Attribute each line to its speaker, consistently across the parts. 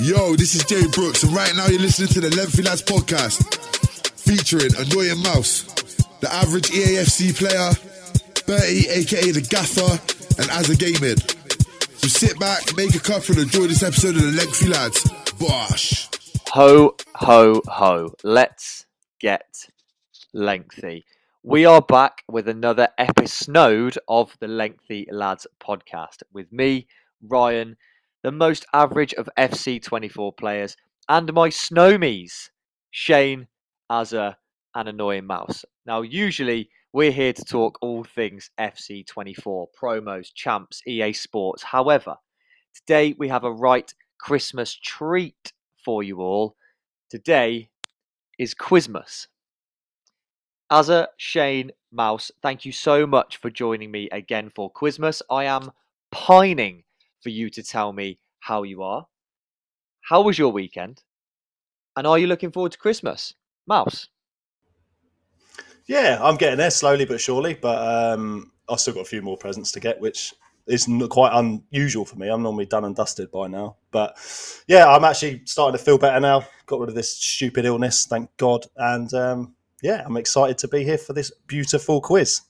Speaker 1: Yo, this is Jay Brooks, and right now you're listening to the Lengthy Lads podcast featuring Annoying Mouse, the average E EAFC player, Bertie, aka the Gaffer, and as a gaming. So sit back, make a couple, and enjoy this episode of the Lengthy Lads. Bosh.
Speaker 2: Ho, ho, ho. Let's get lengthy. We are back with another episode of the Lengthy Lads podcast with me, Ryan, the most average of FC24 players, and my snowmies, Shane, Azza, and Annoying Mouse. Now, usually we're here to talk all things FC24, promos, champs, EA Sports. However, today we have a right Christmas treat for you all. Today is Quizmas. Azza, Shane, Mouse, thank you so much for joining me again for Quizmas. I am pining for you to tell me how you are. How was your weekend? And are you looking forward to Christmas? Mouse.
Speaker 3: Yeah, I'm getting there slowly but surely, but um, I've still got a few more presents to get, which is n- quite unusual for me. I'm normally done and dusted by now, but yeah, I'm actually starting to feel better now. Got rid of this stupid illness, thank God, and um, yeah, I'm excited to be here for this beautiful quiz.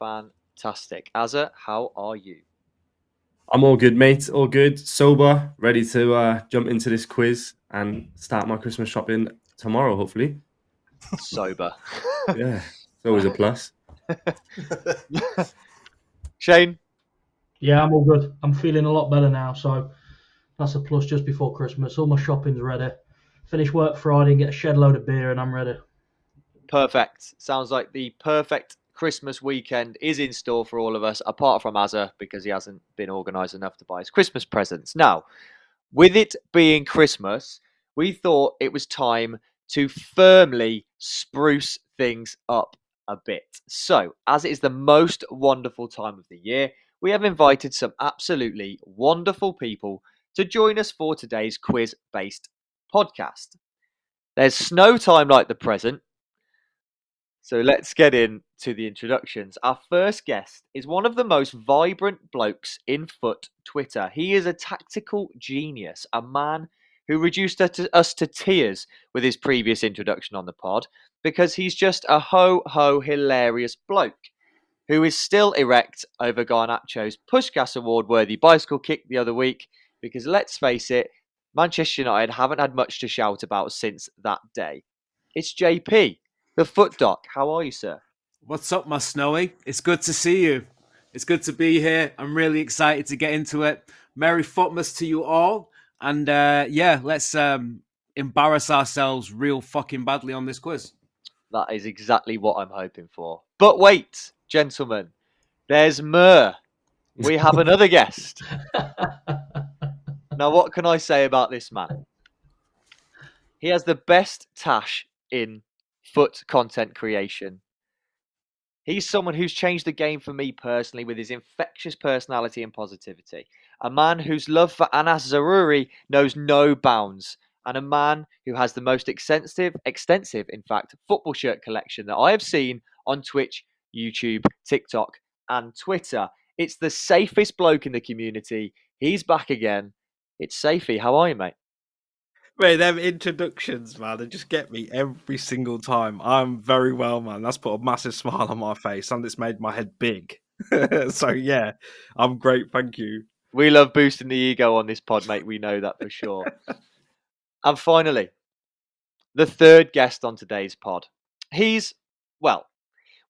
Speaker 2: Fantastic. Azza, how are you?
Speaker 4: I'm all good, mate. All good, sober, ready to uh, jump into this quiz and start my Christmas shopping tomorrow. Hopefully,
Speaker 2: Sober.
Speaker 4: yeah, it's always a plus.
Speaker 2: Shane,
Speaker 5: Yeah, I'm all good. I'm feeling a lot better now, so that's a plus just before Christmas. All my shopping's ready. Finish work Friday and get a shed load of beer, and I'm ready.
Speaker 2: perfect. Sounds like the perfect Christmas weekend is in store for all of us, apart from Azza, because he hasn't been organised enough to buy his Christmas presents. Now, with it being Christmas, we thought it was time to firmly spruce things up a bit. So, as it is the most wonderful time of the year, we have invited some absolutely wonderful people to join us for today's quiz based podcast. There's snow time like the present, so let's get in to the introductions. Our first guest is one of the most vibrant blokes in foot Twitter. He is a tactical genius, a man who reduced us to, us to tears with his previous introduction on the pod because he's just a ho ho hilarious bloke who is still erect over Garnacho's Pushgas Award worthy bicycle kick the other week because let's face it, Manchester United haven't had much to shout about since that day. It's JP. The foot doc, how are you, sir?
Speaker 6: What's up, my snowy? It's good to see you. It's good to be here. I'm really excited to get into it. Merry Footmas to you all, and uh, yeah, let's um, embarrass ourselves real fucking badly on this quiz.
Speaker 2: That is exactly what I'm hoping for. But wait, gentlemen, there's Myrrh. We have another guest. Now, what can I say about this man? He has the best tash in foot content creation. He's someone who's changed the game for me personally with his infectious personality and positivity. A man whose love for Anas Zaruri knows no bounds, and a man who has the most extensive, extensive, in fact, football shirt collection that I have seen on Twitch, YouTube, TikTok, and Twitter. It's the safest bloke in the community. He's back again. It's Safey. How are you, mate?
Speaker 7: Mate, them introductions, man, they just get me every single time. I'm very well, man. That's put a massive smile on my face and it's made my head big. so yeah, I'm great, thank you.
Speaker 2: We love boosting the ego on this pod, mate. We know that for sure. and finally, the third guest on today's pod. He's, well,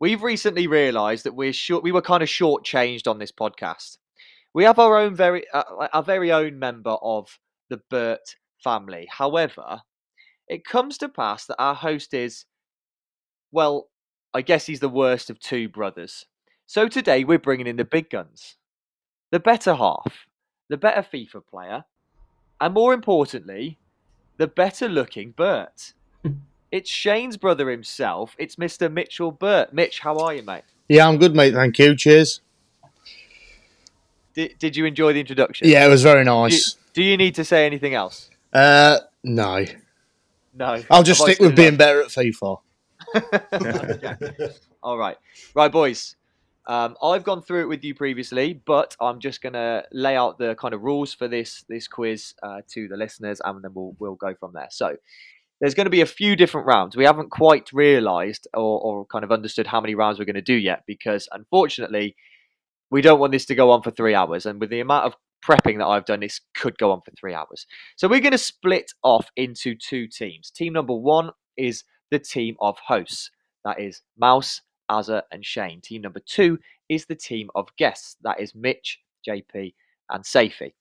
Speaker 2: we've recently realised that we're short, we were kind of shortchanged on this podcast. We have our own very, uh, uh, our very own member of the Burt family. However, it comes to pass that our host is, well, I guess he's the worst of two brothers. So today we're bringing in the big guns, the better half, the better FIFA player, and more importantly, the better looking Bert. it's Shane's brother himself. It's Mr. Mitchell Burt. Mitch, how are you, mate?
Speaker 8: Yeah, I'm good, mate. Thank you. Cheers.
Speaker 2: Did, did you enjoy the introduction?
Speaker 8: Yeah, it was very
Speaker 2: Do,
Speaker 8: nice.
Speaker 2: do you need to say anything else?
Speaker 8: Uh, no,
Speaker 2: No.
Speaker 8: I'll just
Speaker 2: Have I
Speaker 8: stick with
Speaker 2: screwed
Speaker 8: being
Speaker 2: up?
Speaker 8: better at FIFA.
Speaker 2: All right. Right, boys. Um, I've gone through it with you previously, but I'm just going to lay out the kind of rules for this this quiz uh, to the listeners, and then we'll we'll go from there. So there's going to be a few different rounds. We haven't quite realised or, or kind of understood how many rounds we're going to do yet, because unfortunately, we don't want this to go on for three hours. And with the amount of prepping that I've done, this could go on for three hours. So we're going to split off into two teams. Team number one is the team of hosts. That is Mouse, Azza, and Shane. Team number two is the team of guests. That is Mitch, JP, and Safi.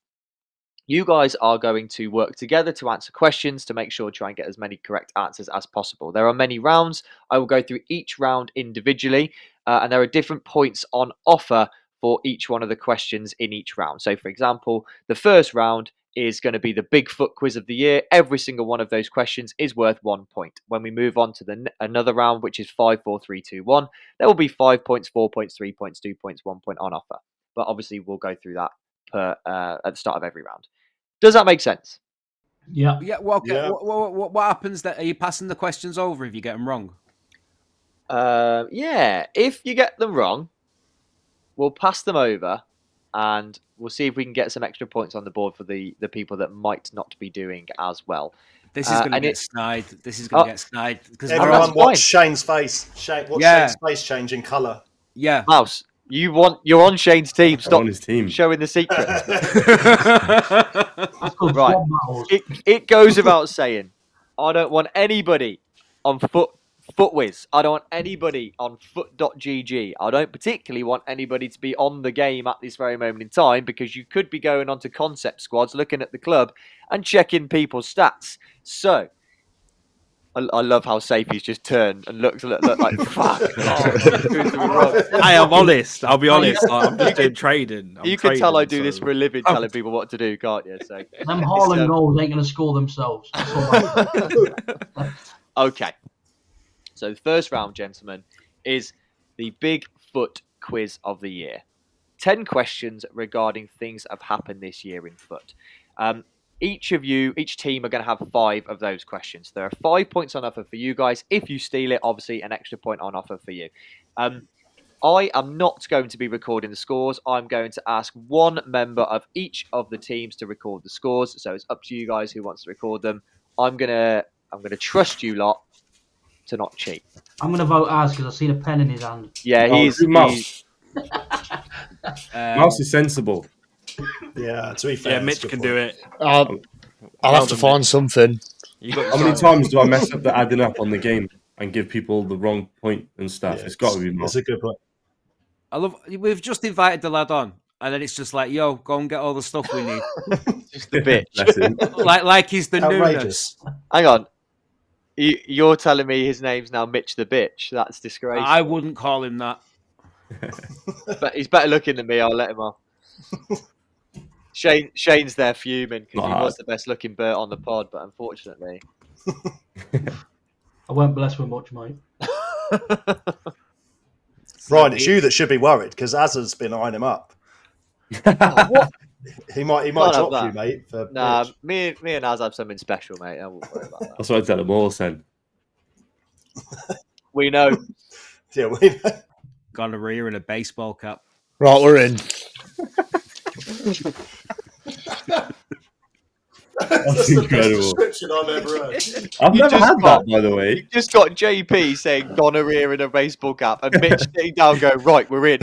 Speaker 2: You guys are going to work together to answer questions to make sure try and get as many correct answers as possible. There are many rounds. I will go through each round individually, uh, and there are different points on offer for each one of the questions in each round. So, for example, the first round is going to be the Bigfoot quiz of the year. Every single one of those questions is worth one point. When we move on to the n- another round, which is five, four, three, two, one, there will be five points, four points, three points, two points, one point on offer. But obviously, we'll go through that per uh, at the start of every round. Does that make sense?
Speaker 5: Yeah.
Speaker 6: Yeah. Well, okay.
Speaker 3: Yeah.
Speaker 6: What, what, what, what happens? That are you passing the questions over if you get them wrong?
Speaker 2: Uh, yeah. If you get them wrong, we'll pass them over, and we'll see if we can get some extra points on the board for the the people that might not be doing as well.
Speaker 6: This is
Speaker 2: Uh,
Speaker 6: going to
Speaker 2: and
Speaker 6: get
Speaker 2: it-
Speaker 6: snide. This is going
Speaker 2: Oh.
Speaker 6: to get snide because
Speaker 3: Everyone,
Speaker 2: that's fine.
Speaker 3: watch Shane's face. Shane, watch
Speaker 6: Yeah.
Speaker 3: Shane's face change in colour.
Speaker 6: yeah.
Speaker 2: Mouse, you want you're on Shane's team.
Speaker 4: They're
Speaker 2: Stop
Speaker 4: on his team.
Speaker 2: showing the secret.
Speaker 5: That's called
Speaker 2: Right.
Speaker 5: squad battles.
Speaker 2: it it goes without saying. I don't want anybody on foot footwiz. I don't want anybody on foot.gg. I don't particularly want anybody to be on the game at this very moment in time because you could be going onto concept squads, looking at the club and checking people's stats. So I, I love how safe he's just turned and looked, looked, looked like fuck. oh, screws were wrong."
Speaker 7: I am honest. I'll be honest. like, I'm just doing trading. I'm
Speaker 2: you can tell I
Speaker 7: trading,
Speaker 2: do this
Speaker 7: so-
Speaker 2: for a living,
Speaker 7: Oh.
Speaker 2: telling people what to do, can't you? So
Speaker 5: Them Haaland
Speaker 2: um,
Speaker 5: goals ain't going to score themselves. That's all right.
Speaker 2: Okay. So the first round, gentlemen, is the Big Foot Quiz of the Year. Ten questions regarding things that have happened this year in foot. Um, each of you, each team are going to have five of those questions. There are five points on offer for you guys. If you steal it, obviously an extra point on offer for you. Um, I am not going to be recording the scores. I'm going to ask one member of each of the teams to record the scores. So it's up to you guys who wants to record them. I'm gonna, I'm gonna trust you lot to not cheat.
Speaker 5: I'm going to vote as because I've seen a pen in his hand.
Speaker 2: Yeah,
Speaker 4: Oh,
Speaker 2: he's,
Speaker 4: do
Speaker 2: he's-
Speaker 4: mouse.
Speaker 6: Um,
Speaker 4: mouse is sensible.
Speaker 3: Yeah, to be fair.
Speaker 7: Yeah, Mitch can do it.
Speaker 8: I'll,
Speaker 7: Oh,
Speaker 8: I'll have to find something.
Speaker 7: You got
Speaker 4: How many
Speaker 7: yourself-
Speaker 4: times do I mess up the adding up on the game and give people the wrong point and stuff? it's got to be
Speaker 3: That's
Speaker 4: mouse.
Speaker 3: a good point.
Speaker 6: I love. We've just invited the lad on, and then it's just like, yo, go and get all the stuff we need.
Speaker 2: the bitch.
Speaker 4: Bless him.
Speaker 6: like, like he's the newness.
Speaker 3: Outrageous.
Speaker 2: Hang on. You, you're telling me his name's now Mitch the bitch. That's disgraceful.
Speaker 6: I wouldn't call him that.
Speaker 2: But he's better looking than me. I'll let him off. Shane Shane's there fuming because
Speaker 4: Not
Speaker 2: he
Speaker 4: hard.
Speaker 2: was the best looking Bert on the pod, but unfortunately,
Speaker 5: I won't bless with much, mate.
Speaker 3: Ryan, it's you that should be worried because Azza's been eyeing him up.
Speaker 2: Oh, what?
Speaker 3: He might, he might
Speaker 2: Can't have
Speaker 3: drop you,
Speaker 2: that.
Speaker 3: mate. For
Speaker 2: Nah,
Speaker 3: Mitch.
Speaker 2: me and me and Az have something special, mate. I won't worry about that.
Speaker 4: That's what I tell them all. Then
Speaker 2: We know.
Speaker 3: Yeah, we,
Speaker 6: Gonorrhea and a baseball cap.
Speaker 8: Right, we're in.
Speaker 3: that's
Speaker 4: incredible.
Speaker 3: description I've ever heard.
Speaker 4: I've
Speaker 2: You
Speaker 4: never
Speaker 2: just
Speaker 4: had
Speaker 2: got-
Speaker 4: that, by the way.
Speaker 2: You just got JP saying gonorrhea in a baseball cap, and Mitch sitting down, going right, we're in.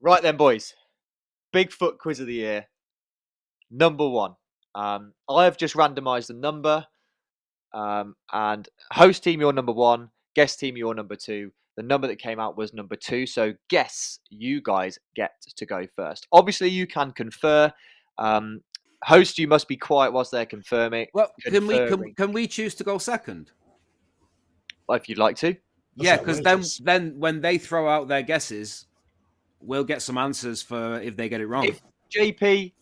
Speaker 2: Right then, boys. Bigfoot quiz of the year. Number one. Um, I have just randomized the number. Um, and host team, you're number one. Guest team, you're number two. The number that came out was number two. So, guess you guys get to go first. Obviously, you can confer. Um, host, you must be quiet whilst they're confirming
Speaker 6: Well, can we can,
Speaker 2: Conferring.
Speaker 6: can we choose to go second?
Speaker 2: if you'd like to.
Speaker 6: yeah, because then
Speaker 3: outrageous.
Speaker 6: then when they throw out their guesses, we'll get some answers for if they get it wrong.
Speaker 2: If- JP,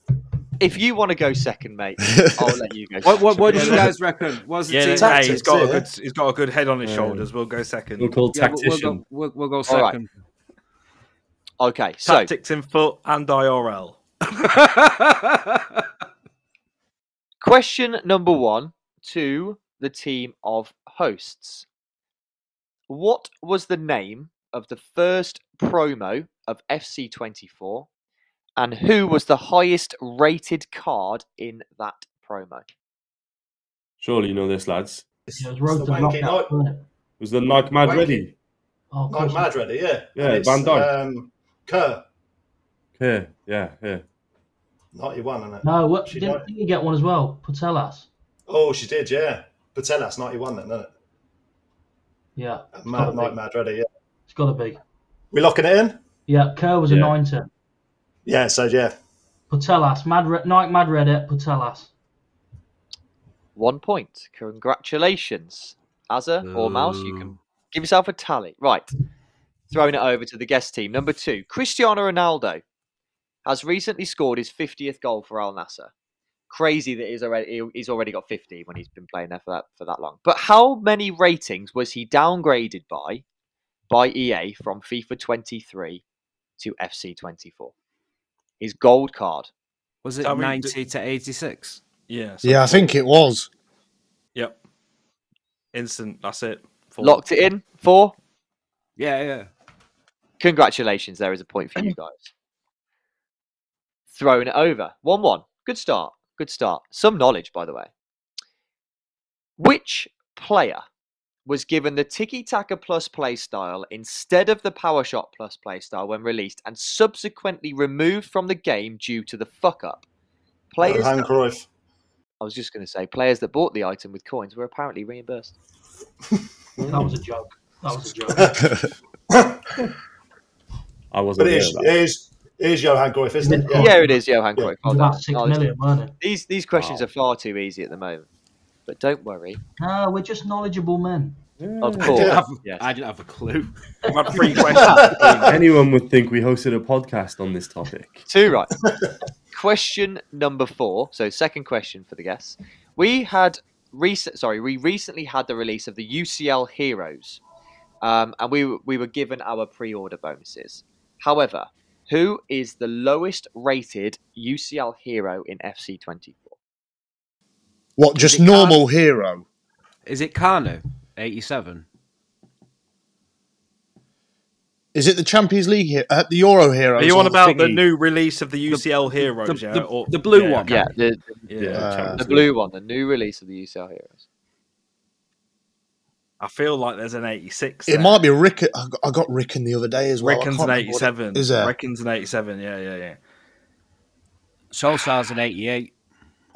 Speaker 2: if you want to go second, mate, I'll let you go.
Speaker 6: What what, what do
Speaker 7: Yeah,
Speaker 6: you guys reckon? Was the
Speaker 7: Yeah,
Speaker 6: team?
Speaker 7: hey, he's
Speaker 3: Tactics,
Speaker 7: got a
Speaker 3: yeah.
Speaker 7: good. He's got a good head on his
Speaker 4: Um,
Speaker 7: shoulders. We'll go second.
Speaker 4: We're called
Speaker 6: Yeah, we'll, we'll
Speaker 4: tactician.
Speaker 6: go, we'll, we'll go
Speaker 2: All right.
Speaker 6: second.
Speaker 2: Okay, so
Speaker 7: Tactics in foot and IRL.
Speaker 2: Question number one to the team of hosts. What was the name of the first promo of FC24 and who was the highest rated card in that promo?
Speaker 4: Surely you know this, lads. It
Speaker 5: Yeah, it was
Speaker 3: It's
Speaker 5: Road
Speaker 3: the
Speaker 5: to
Speaker 3: wanky
Speaker 5: Knockout, wasn't it?
Speaker 4: was the Nike Mad
Speaker 3: Wanky.
Speaker 4: Ready.
Speaker 5: Oh, of
Speaker 3: night.
Speaker 5: course.
Speaker 3: Like mad ready, yeah.
Speaker 4: Yeah,
Speaker 3: And it's,
Speaker 4: Van Dijk.
Speaker 3: Um, Kerr,
Speaker 4: Here, yeah, here.
Speaker 3: 91, isn't it?
Speaker 5: No, what,
Speaker 3: She
Speaker 5: didn't,
Speaker 3: died.
Speaker 5: didn't you get one as well? Patelas.
Speaker 3: Oh, she did, yeah. Patelas, 91 then, isn't it?
Speaker 5: Yeah,
Speaker 3: Mad,
Speaker 5: gotta
Speaker 3: night
Speaker 5: be.
Speaker 3: mad ready, yeah.
Speaker 5: it's got to be.
Speaker 3: We locking it in?
Speaker 5: Yeah, Kerr was a
Speaker 4: Yeah.
Speaker 5: 90.
Speaker 3: Yeah, so yeah.
Speaker 5: Patelas, Mad Re- Nike Mad Red at Patelas.
Speaker 2: One point. Congratulations. Azza or Mouse, you can
Speaker 6: Ooh.
Speaker 2: give yourself a tally. Right. Throwing it over to the guest team. Number two, Cristiano Ronaldo has recently scored his 50th goal for Al Nasser. Crazy that he's already he- he's already got 50 when he's been playing there for that for that long. But how many ratings was he downgraded by by EA from FIFA 23 to FC 24? His gold card.
Speaker 6: Was it
Speaker 7: I mean,
Speaker 6: 90 to 86?
Speaker 7: Yeah. so-
Speaker 8: Yeah, I think it was.
Speaker 7: Yep. Instant. That's it. Four.
Speaker 2: Locked it in for
Speaker 6: Yeah, yeah.
Speaker 2: Congratulations, there is a point for you guys. Throwing it over. 1 1. Good start. Good start. Some knowledge, by the way. Which player was given the Tiki Taka Plus playstyle instead of the Power Shot Plus playstyle when released and subsequently removed from the game due to the fuck up? Players.
Speaker 3: Johan Cruyff.
Speaker 2: I was just going to say, players that bought the item with coins were apparently reimbursed.
Speaker 5: That was a joke. That was a joke.
Speaker 4: I
Speaker 3: But
Speaker 4: wasn't
Speaker 3: it
Speaker 4: here.
Speaker 3: is,
Speaker 4: at that.
Speaker 3: it is, it is Johan Cruyff, isn't it?
Speaker 5: Yeah.
Speaker 2: Yeah, it is Johan
Speaker 3: Yeah.
Speaker 2: Cruyff.
Speaker 5: It
Speaker 2: Well
Speaker 5: was
Speaker 2: done.
Speaker 5: about Oh, six
Speaker 2: Knowledge
Speaker 5: million, weren't it?
Speaker 2: These these questions are far too easy at the moment. But don't worry.
Speaker 5: No, we're just knowledgeable men.
Speaker 2: Of
Speaker 6: I,
Speaker 2: course.
Speaker 6: didn't have,
Speaker 2: Yes.
Speaker 6: I didn't have a clue.
Speaker 7: I've had three questions.
Speaker 4: Anyone would think we hosted a podcast on this topic.
Speaker 2: Two right. question number four. So second question for the guests. We had recent sorry, we recently had the release of the UCL Heroes. Um, and we were- we were given our pre-order bonuses. However, who is the lowest rated UCL hero in FC twenty four?
Speaker 8: What, just
Speaker 6: it Khan?
Speaker 8: normal hero?
Speaker 6: Is it Kanu? 87?
Speaker 8: Is it the Champions League hero? Uh, the Euro hero?
Speaker 7: Are you on about the
Speaker 8: thingy?
Speaker 7: new release of the UCL Heroes?
Speaker 6: the-
Speaker 7: yeah,
Speaker 6: the-
Speaker 7: or-
Speaker 6: the blue
Speaker 7: yeah,
Speaker 6: one.
Speaker 7: okay.
Speaker 2: Yeah, the,
Speaker 7: Yeah.
Speaker 8: Uh,
Speaker 2: the
Speaker 7: Champions League.
Speaker 2: blue one, the new release of the UCL Heroes.
Speaker 7: I feel like there's an 86.
Speaker 8: It
Speaker 7: there.
Speaker 8: might be Rick. I got- I got Rickon the other day as well. I
Speaker 7: Rickon's
Speaker 8: can't
Speaker 7: an
Speaker 8: remember what it-
Speaker 7: 87.
Speaker 8: Is there?
Speaker 7: Rickon's an 87. Yeah, yeah, yeah.
Speaker 6: Solskjaer's an 88.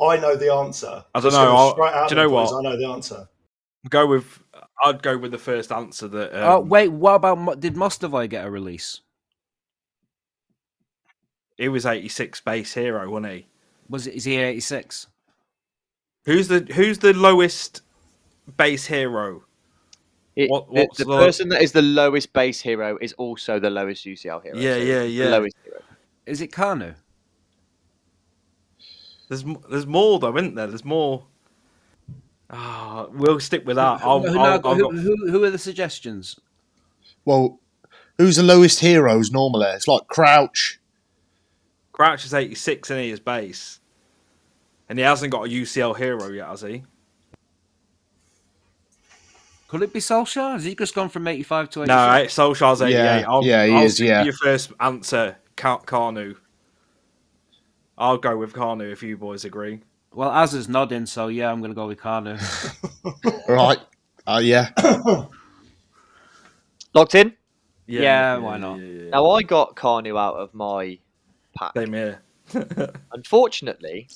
Speaker 3: I know the answer.
Speaker 7: I don't
Speaker 3: Just
Speaker 7: know,
Speaker 3: gonna
Speaker 7: I'll-
Speaker 3: straight out
Speaker 7: do you know
Speaker 3: there, boys,
Speaker 7: what?
Speaker 3: I know the answer.
Speaker 7: Go with. I'd go with the first answer that. Um,
Speaker 8: Uh,
Speaker 6: oh, wait, what about. Mo- Did Mostovoy get a release?
Speaker 7: He was 86 base hero, wasn't he?
Speaker 6: Was it, is he 86?
Speaker 7: Who's the Who's the lowest base hero?
Speaker 2: It-
Speaker 7: What-
Speaker 2: the-
Speaker 7: what's
Speaker 2: the,
Speaker 7: the-
Speaker 2: person that is the lowest base hero is also the lowest UCL hero.
Speaker 7: Yeah,
Speaker 2: so
Speaker 7: yeah,
Speaker 2: the
Speaker 7: yeah.
Speaker 2: lowest hero.
Speaker 6: Is it Kanu?
Speaker 7: There's m- There's more though, isn't there? There's more. Ah, we'll stick with that. I'll,
Speaker 6: who,
Speaker 7: I'll, I'll
Speaker 6: who,
Speaker 7: go-
Speaker 6: who- who are the suggestions?
Speaker 8: Well, who's the lowest heroes normally? It's like Crouch.
Speaker 7: Crouch is 86 and he is base. And he hasn't got a UCL hero yet, has he?
Speaker 6: Could it be Solskjaer? Has he just gone from 85 to 86?
Speaker 7: No, eight, Solskjaer's 88.
Speaker 8: Yeah,
Speaker 7: I'll,
Speaker 8: yeah, he
Speaker 7: I'll
Speaker 8: is,
Speaker 7: stick with
Speaker 8: yeah.
Speaker 7: Your first answer, Ka- Carnu. I'll go with Carnu if you boys agree.
Speaker 6: Well, Azza's nodding, so yeah, I'm going to go with Kanu.
Speaker 8: Right. Uh, yeah.
Speaker 2: Locked in.
Speaker 6: Yeah, why not?
Speaker 7: Yeah, yeah,
Speaker 2: Now I got Carnu out of my pack.
Speaker 7: Same here.
Speaker 2: Unfortunately,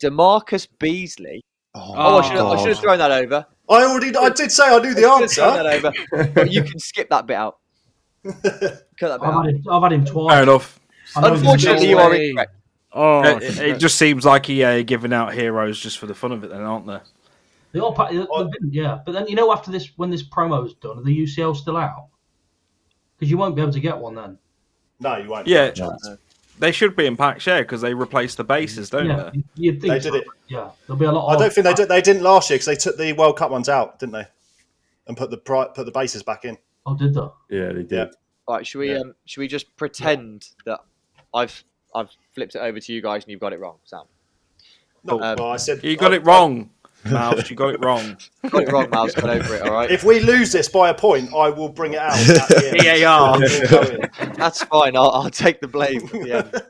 Speaker 2: Demarcus Beasley.
Speaker 8: Oh,
Speaker 2: Oh, I should have I should have thrown that over.
Speaker 3: I already, I did say I knew the
Speaker 2: I should have
Speaker 3: answer.
Speaker 2: thrown that over. But you can skip that bit out. Cut
Speaker 7: Oh,
Speaker 2: that bit
Speaker 5: I've had
Speaker 2: out.
Speaker 5: him, I've had him
Speaker 7: Fair
Speaker 5: twice.
Speaker 7: enough.
Speaker 5: I know he's a
Speaker 2: Unfortunately,
Speaker 5: little-
Speaker 2: you are
Speaker 6: way.
Speaker 2: incorrect.
Speaker 6: Oh,
Speaker 7: it, it- it just seems like EA are giving out heroes just for the fun of it, then, aren't they?
Speaker 5: They all pa- they've been, yeah. But then you know, after this, when this promo's done, are the UCL still out? Because you won't be able to get one then.
Speaker 3: No, you won't.
Speaker 7: Yeah, they should be in pack share because they replace the bases, don't
Speaker 5: yeah,
Speaker 7: they?
Speaker 5: you- you'd think
Speaker 3: They did
Speaker 5: so,
Speaker 3: it.
Speaker 5: but Yeah, there'll be a lot.
Speaker 3: I
Speaker 5: of-
Speaker 3: don't think they did. They didn't last year because they took the World Cup ones out, didn't they? And put the pri- put the bases back in.
Speaker 5: Oh, did they?
Speaker 4: Yeah, they did.
Speaker 3: Yeah.
Speaker 2: Right, should we
Speaker 3: Yeah.
Speaker 2: um, should we just pretend that I've I've flipped it over to you guys and you've got it wrong, Sam?
Speaker 3: No,
Speaker 2: Um,
Speaker 3: well, I said
Speaker 7: You got
Speaker 3: I-
Speaker 7: it wrong. Mouse, you got it wrong.
Speaker 2: Got it wrong, Miles. Get over it. All right.
Speaker 3: If we lose this by a point, I will bring it out. at the end.
Speaker 7: VAR.
Speaker 3: We'll go in.
Speaker 2: That's fine. I'll, I'll take the blame. At the end.
Speaker 5: Is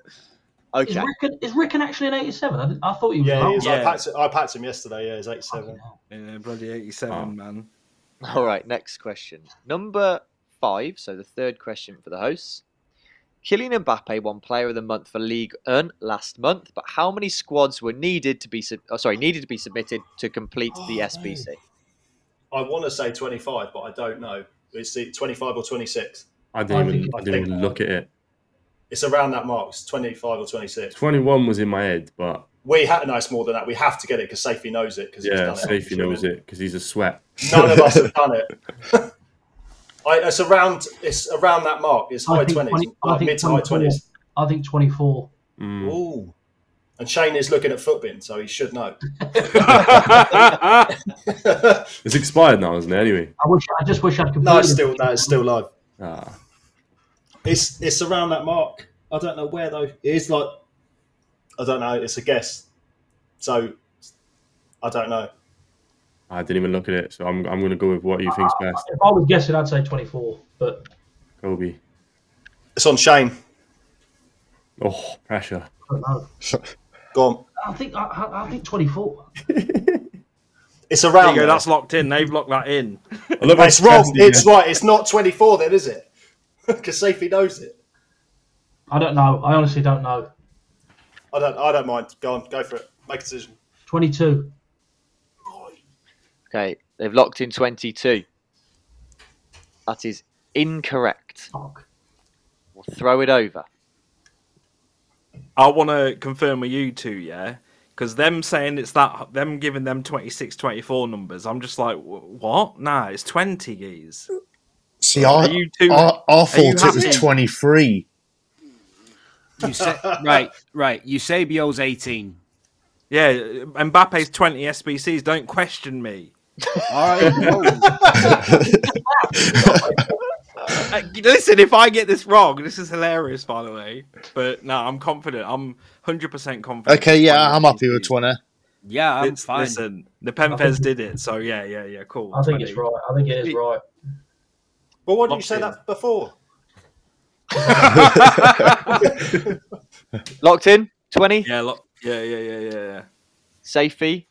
Speaker 2: Okay.
Speaker 5: Rickon, is Rickon actually an 87? I, didn't- I thought he was.
Speaker 3: Yeah, he was, I,
Speaker 7: Yeah.
Speaker 3: packed, I packed him yesterday. Yeah, he's 87.
Speaker 7: Yeah, bloody 87,
Speaker 4: Oh.
Speaker 7: man.
Speaker 2: All right. Next question. Number five. So the third question for the hosts. Kylian Mbappe won Player of the Month for League One last month, but how many squads were needed to be sub- oh, sorry needed to be submitted to complete the
Speaker 6: Oh,
Speaker 2: SBC?
Speaker 3: I want to say 25, but I don't know. It's the 25 or 26.
Speaker 4: I
Speaker 5: I
Speaker 4: didn't even,
Speaker 5: think-
Speaker 4: I didn't even look at it.
Speaker 3: It's around that mark. It's 25 or 26.
Speaker 4: 21 was in my head, but
Speaker 3: We had no, it's more than that. We have to get it because Safety knows it. Cause he's
Speaker 4: yeah,
Speaker 3: done it.
Speaker 4: Safety knows it because he's a sweat.
Speaker 3: None of us have done it. I, it's around. It's around that mark. It's
Speaker 5: I
Speaker 3: high
Speaker 5: think
Speaker 3: twenties,
Speaker 5: 20 I
Speaker 3: like
Speaker 5: think
Speaker 3: mid to high
Speaker 5: 24.
Speaker 3: twenties.
Speaker 5: I think 24.
Speaker 4: Mm.
Speaker 3: Ooh. And Shane is looking at footbin, so he should know.
Speaker 4: It's expired now, isn't it? Anyway,
Speaker 5: I wish. I just wish I'd completed.
Speaker 3: no, it's still no, it's still live.
Speaker 4: ah,
Speaker 3: It's it's around that mark. I don't know where though. It is like I don't know. It's a guess. So I don't know.
Speaker 4: I didn't even look at it, so I'm, I'm going to go with what you think's best,
Speaker 5: If I was guessing, I'd say 24. But
Speaker 4: Kobe.
Speaker 3: It's on Shane.
Speaker 4: Oh, pressure.
Speaker 5: I don't know.
Speaker 3: Go on.
Speaker 5: I think. I- I, I think 24.
Speaker 3: It's
Speaker 7: There
Speaker 3: around.
Speaker 7: you go,
Speaker 3: there.
Speaker 7: that's locked in. They've locked that in.
Speaker 4: I love how
Speaker 3: it's wrong.
Speaker 4: testy,
Speaker 3: It's
Speaker 4: yeah.
Speaker 3: right. It's not twenty four. Then is it? Because Safety knows it.
Speaker 5: I don't know. I honestly don't know.
Speaker 3: I don't. I don't mind. Go on. Go for it. Make a decision.
Speaker 5: 22.
Speaker 2: Okay, they've locked in 22. That is incorrect.
Speaker 5: Fuck.
Speaker 2: We'll throw it over.
Speaker 7: I want to confirm with you two, yeah? Because them saying it's that, them giving them 26, 24 numbers, I'm just like, "Wh- what? Nah, it's 20 geese.
Speaker 8: See, I,
Speaker 7: Are you too-
Speaker 8: I, I thought
Speaker 7: you
Speaker 8: it was
Speaker 7: happy?
Speaker 8: 23.
Speaker 6: You say, right, right. Eusebio's 18.
Speaker 7: Yeah, Mbappe's 20 SBCs. Don't question me.
Speaker 6: All right. whoa.
Speaker 7: Uh, listen, if I get this wrong, this is hilarious, by the way. But no, I'm confident. I'm 100% confident.
Speaker 8: Okay, yeah, I'm happy with
Speaker 7: SBCs.
Speaker 8: 20.
Speaker 6: Yeah, I'm
Speaker 7: It's-
Speaker 6: fine.
Speaker 7: Listen, the Penfez did it, so yeah, yeah, yeah, cool.
Speaker 5: I think it's
Speaker 7: 20.
Speaker 5: right. I think it is right.
Speaker 3: Well, why didn't you
Speaker 7: Locked
Speaker 3: say
Speaker 7: in.
Speaker 3: that before?
Speaker 2: Locked in 20.
Speaker 7: Yeah, lo- yeah, yeah, yeah, yeah, yeah.
Speaker 2: Safety,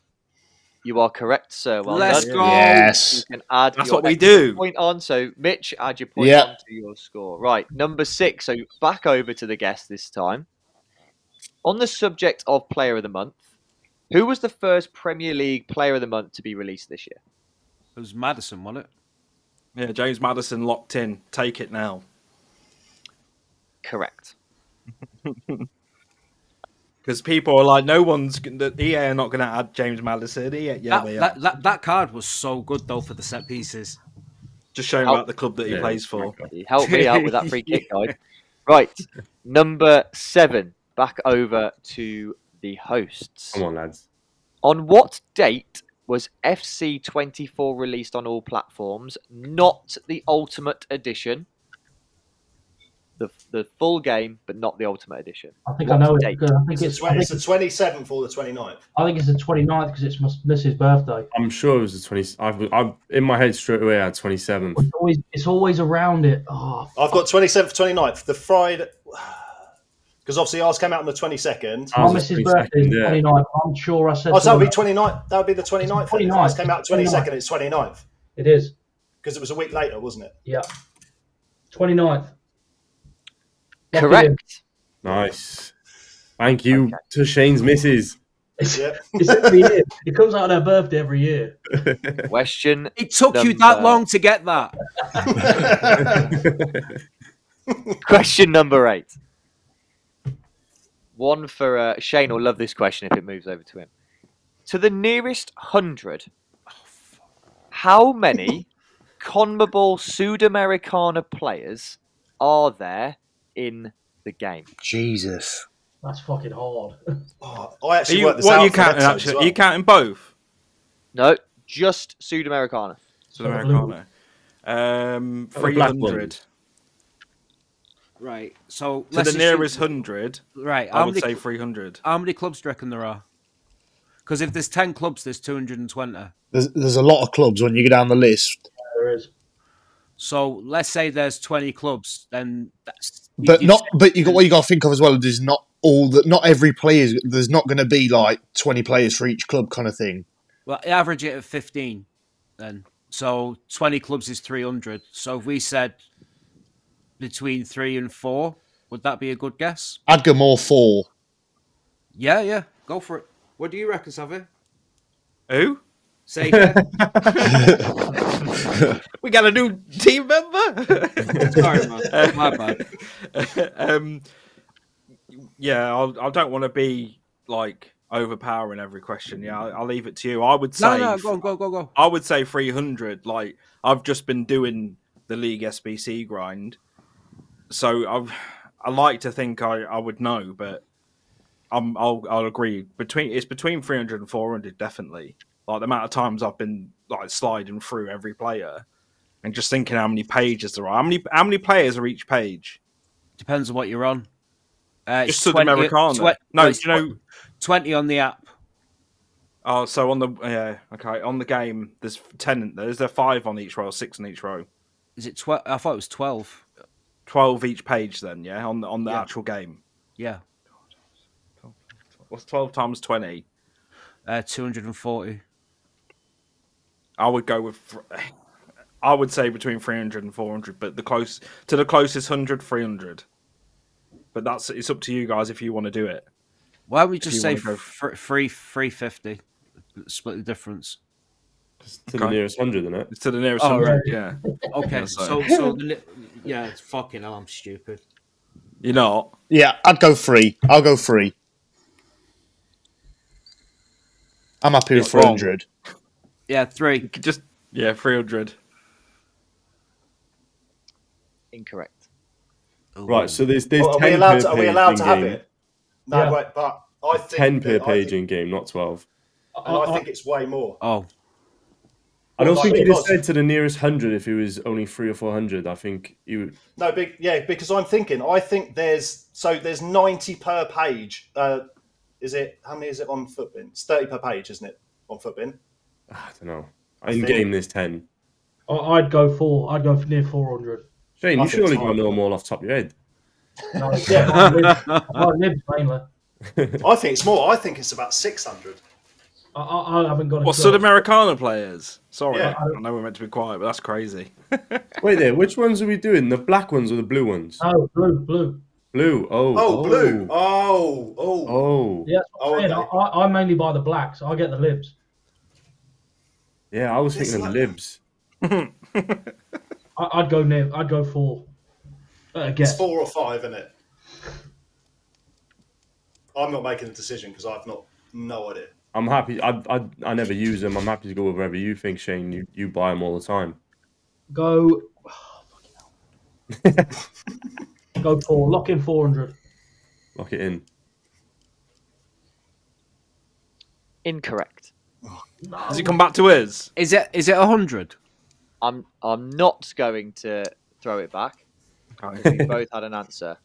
Speaker 2: you are correct, sir. Well
Speaker 6: Let's
Speaker 2: done.
Speaker 6: go.
Speaker 2: You
Speaker 8: Yes.
Speaker 2: can add
Speaker 7: That's
Speaker 2: your
Speaker 7: what we
Speaker 2: extra
Speaker 7: do.
Speaker 2: point on. So, Mitch, add your point
Speaker 8: Yeah.
Speaker 2: on to your score. Right, number six. So, back over to the guest this time. On the subject of Player of the Month, who was the first Premier League Player of the Month to be released this year?
Speaker 6: It was Madison, wasn't it?
Speaker 7: Yeah, James Madison locked in. Take it now.
Speaker 2: Correct.
Speaker 7: Because people are like, no one's g- the EA are not going to add James Madison. EA, yeah,
Speaker 6: that,
Speaker 7: they are.
Speaker 6: that, that, that card was so good, though, for the set pieces.
Speaker 7: Just showing
Speaker 2: Oh.
Speaker 7: about the club that he
Speaker 4: Yeah.
Speaker 7: plays for.
Speaker 2: Help me out with that free kick, guy. Right, number seven. Back over to the hosts.
Speaker 4: Come on, lads.
Speaker 2: On what date was FC24 released on all platforms? Not the Ultimate Edition. The, the full game, but not the Ultimate Edition.
Speaker 5: I think
Speaker 2: What
Speaker 5: I know
Speaker 2: date?
Speaker 5: it. 'cause I think
Speaker 3: It's,
Speaker 5: it's.
Speaker 3: the
Speaker 5: I
Speaker 3: twen-
Speaker 5: think,
Speaker 3: it's the 27th or the 29th.
Speaker 5: I think it's the 29th because it's my, Missy's birthday.
Speaker 4: I'm sure it was the 20. I've, I've in my head straight away. I had 27th.
Speaker 5: It's always, it's always around it. Oh,
Speaker 3: I've got 27th, 29th. The Friday. Because obviously ours came out on the 22nd.
Speaker 4: I
Speaker 7: Uh,
Speaker 5: my
Speaker 4: was the
Speaker 5: Missy's
Speaker 4: 22nd,
Speaker 5: birthday is
Speaker 4: yeah.
Speaker 5: 29th. I'm sure I said.
Speaker 3: Oh, so that
Speaker 5: to
Speaker 3: would be
Speaker 5: her-
Speaker 3: 29th. That would be the 29th. then. If
Speaker 5: 29th,
Speaker 3: Ours came out
Speaker 5: it's
Speaker 3: 22nd. It's 29th.
Speaker 5: It is.
Speaker 3: Because it was a week later, wasn't it?
Speaker 5: Yeah. 29th. Lock it in.
Speaker 2: Correct.
Speaker 4: Nice. Thank you to Shane's missus.
Speaker 5: It's,
Speaker 3: Yeah.
Speaker 5: it's every year. It comes out on her birthday every year.
Speaker 2: Question.
Speaker 6: It took you that
Speaker 2: Number-
Speaker 7: uh,
Speaker 6: long to get that.
Speaker 2: Question number eight. One for uh, Shane. will love this question if it moves over to him. To the nearest hundred, how many CONMEBOL Sudamericana players are there in the game?
Speaker 8: Jesus.
Speaker 5: That's fucking hard.
Speaker 3: Oh, I
Speaker 7: Are
Speaker 3: actually
Speaker 7: you,
Speaker 3: worked this
Speaker 7: what
Speaker 3: out.
Speaker 7: are you
Speaker 3: for an
Speaker 7: counting,
Speaker 3: episode as
Speaker 7: actually? Are
Speaker 3: well.
Speaker 7: you counting both?
Speaker 2: No, just Sudamericana.
Speaker 7: South
Speaker 5: Mm-hmm.
Speaker 7: Americana. Um,
Speaker 4: the black
Speaker 7: 300.
Speaker 4: ones.
Speaker 7: To
Speaker 6: Right. So
Speaker 7: the
Speaker 6: just-
Speaker 7: nearest 100,
Speaker 6: Right.
Speaker 7: I
Speaker 6: How
Speaker 7: would
Speaker 6: many,
Speaker 7: say
Speaker 6: cl-
Speaker 7: 300.
Speaker 6: how many clubs do you reckon there are? Because if there's 10 clubs, there's 220.
Speaker 8: There's, there's a lot of clubs when you go down the list,
Speaker 5: There is.
Speaker 6: So let's say there's 20 clubs, then that's.
Speaker 8: but
Speaker 6: you-
Speaker 8: not. But you got what you got to think of as well. There's not all that. Not every players. There's not going to be like twenty players for each club kind of thing.
Speaker 6: Well, average it at 15 then. So 20 clubs is 300. So if we said between three and four, would that be a good guess?
Speaker 8: I'd go more four.
Speaker 6: Yeah, yeah. Go for it. What do you reckon, Savvy?
Speaker 7: Who?
Speaker 6: Say it.
Speaker 7: We got a new team member.
Speaker 6: Sorry, man. Uh, My bad.
Speaker 7: um, yeah, I'll, I don't want to be like overpowering every question. Yeah, I'll, I'll leave it to you. I would say
Speaker 6: No, no, go on, go, go, go.
Speaker 7: I would say 300. Like I've just been doing the league SBC grind, so I I like to think I, I would know, but I'm I'll, I'll agree between it's between 300 and 400 definitely. Like the amount of times I've been like sliding through every player and just thinking how many pages there are. How many how many players are each page?
Speaker 6: Depends on what you're on. Uh,
Speaker 7: Just
Speaker 6: it's
Speaker 7: Sudamericana.
Speaker 6: twen-
Speaker 7: no, do
Speaker 6: it's
Speaker 7: you know?
Speaker 6: 20 on the app.
Speaker 7: Oh, so on the yeah, okay, on the game there's ten. There's there five on each row, six on each row.
Speaker 6: Is it 12? I thought it was 12.
Speaker 7: 12 each page then yeah on the, on the
Speaker 6: Yeah.
Speaker 7: actual game
Speaker 6: Yeah.
Speaker 7: what's 12 times 20
Speaker 6: Uh, 240.
Speaker 7: i would go with thr- i would say between 300 and 400 but the close to the closest 100 300 but that's it's up to you guys if you want to do it
Speaker 6: Why don't we
Speaker 7: you
Speaker 6: just say
Speaker 7: wanna go-
Speaker 6: fr- free 350? Split the difference.
Speaker 4: Just to the
Speaker 7: Okay.
Speaker 4: nearest hundred, isn't it?
Speaker 7: it's to the nearest
Speaker 6: Oh,
Speaker 7: 100
Speaker 5: right.
Speaker 7: yeah
Speaker 6: Okay, so
Speaker 7: so-
Speaker 6: so the, ni- yeah, it's fucking hell, I'm stupid.
Speaker 7: you're not
Speaker 8: Yeah, I'd go three. I'll go three. I'm happy with
Speaker 7: You're wrong.
Speaker 8: 300.
Speaker 6: Yeah, three.
Speaker 7: just yeah 300
Speaker 2: Incorrect.
Speaker 4: Right, so there's there's
Speaker 3: Well, are,
Speaker 4: ten
Speaker 3: we allowed
Speaker 4: per
Speaker 3: to, are we
Speaker 4: page
Speaker 3: allowed
Speaker 4: in
Speaker 3: to have
Speaker 4: game.
Speaker 3: it? No,
Speaker 5: Yeah.
Speaker 3: wait, but I think
Speaker 4: Ten per
Speaker 3: that- I
Speaker 4: page
Speaker 3: think-
Speaker 4: in game, not twelve.
Speaker 3: and I think it's way more.
Speaker 6: Oh,
Speaker 4: I don't
Speaker 3: Well,
Speaker 4: think
Speaker 3: like,
Speaker 4: he'd have
Speaker 3: because-
Speaker 4: said to the nearest hundred if it was only three or four hundred. I think he would.
Speaker 3: No, big yeah, because I'm thinking. I think there's so there's 90 per page. Uh, is it how many is it on Footbin? It's 30 per page, isn't it? On Footbin.
Speaker 4: I don't know. In
Speaker 3: think-
Speaker 4: game, there's ten.
Speaker 5: I, I'd go four. I'd go for near 400.
Speaker 4: Shane,
Speaker 3: I think
Speaker 4: you
Speaker 3: it's
Speaker 4: surely got
Speaker 3: hard.
Speaker 4: to know them all off the top of your head.
Speaker 5: No, yeah, I've lived- I've lived mainly.
Speaker 3: I think it's more. I think it's about 600.
Speaker 5: I, I, I haven't got a
Speaker 7: what
Speaker 5: clue.
Speaker 7: sudamericana players sorry
Speaker 3: Yeah.
Speaker 7: i know we're meant to be quiet but that's crazy
Speaker 4: Wait there, which ones are we doing? The black ones or the blue ones?
Speaker 6: Uh,
Speaker 5: No, blue, blue.
Speaker 4: Blue. Oh.
Speaker 3: Oh, blue. Oh, oh,
Speaker 4: Oh.
Speaker 5: Yeah, that's what
Speaker 3: Oh,
Speaker 5: I'm saying.
Speaker 3: okay.
Speaker 5: I, I, I mainly buy the blacks. I get the libs.
Speaker 4: Yeah, I was
Speaker 3: It's
Speaker 4: thinking of
Speaker 3: like-
Speaker 4: libs.
Speaker 5: I, I'd go near. I'd go four. Uh,
Speaker 3: it's
Speaker 5: guess.
Speaker 3: four or five, isn't it? I'm not making the decision because I've not no idea.
Speaker 4: I'm happy. I, I I never use them. I'm happy to go with wherever you think, Shane. You you buy them all the time.
Speaker 5: Go. oh, go four. Lock in 400.
Speaker 4: Lock it in.
Speaker 2: Incorrect.
Speaker 7: does it come back to us
Speaker 6: is it is it hundred?
Speaker 2: I'm I'm not going to throw it back.
Speaker 7: Okay.
Speaker 2: We both had an answer.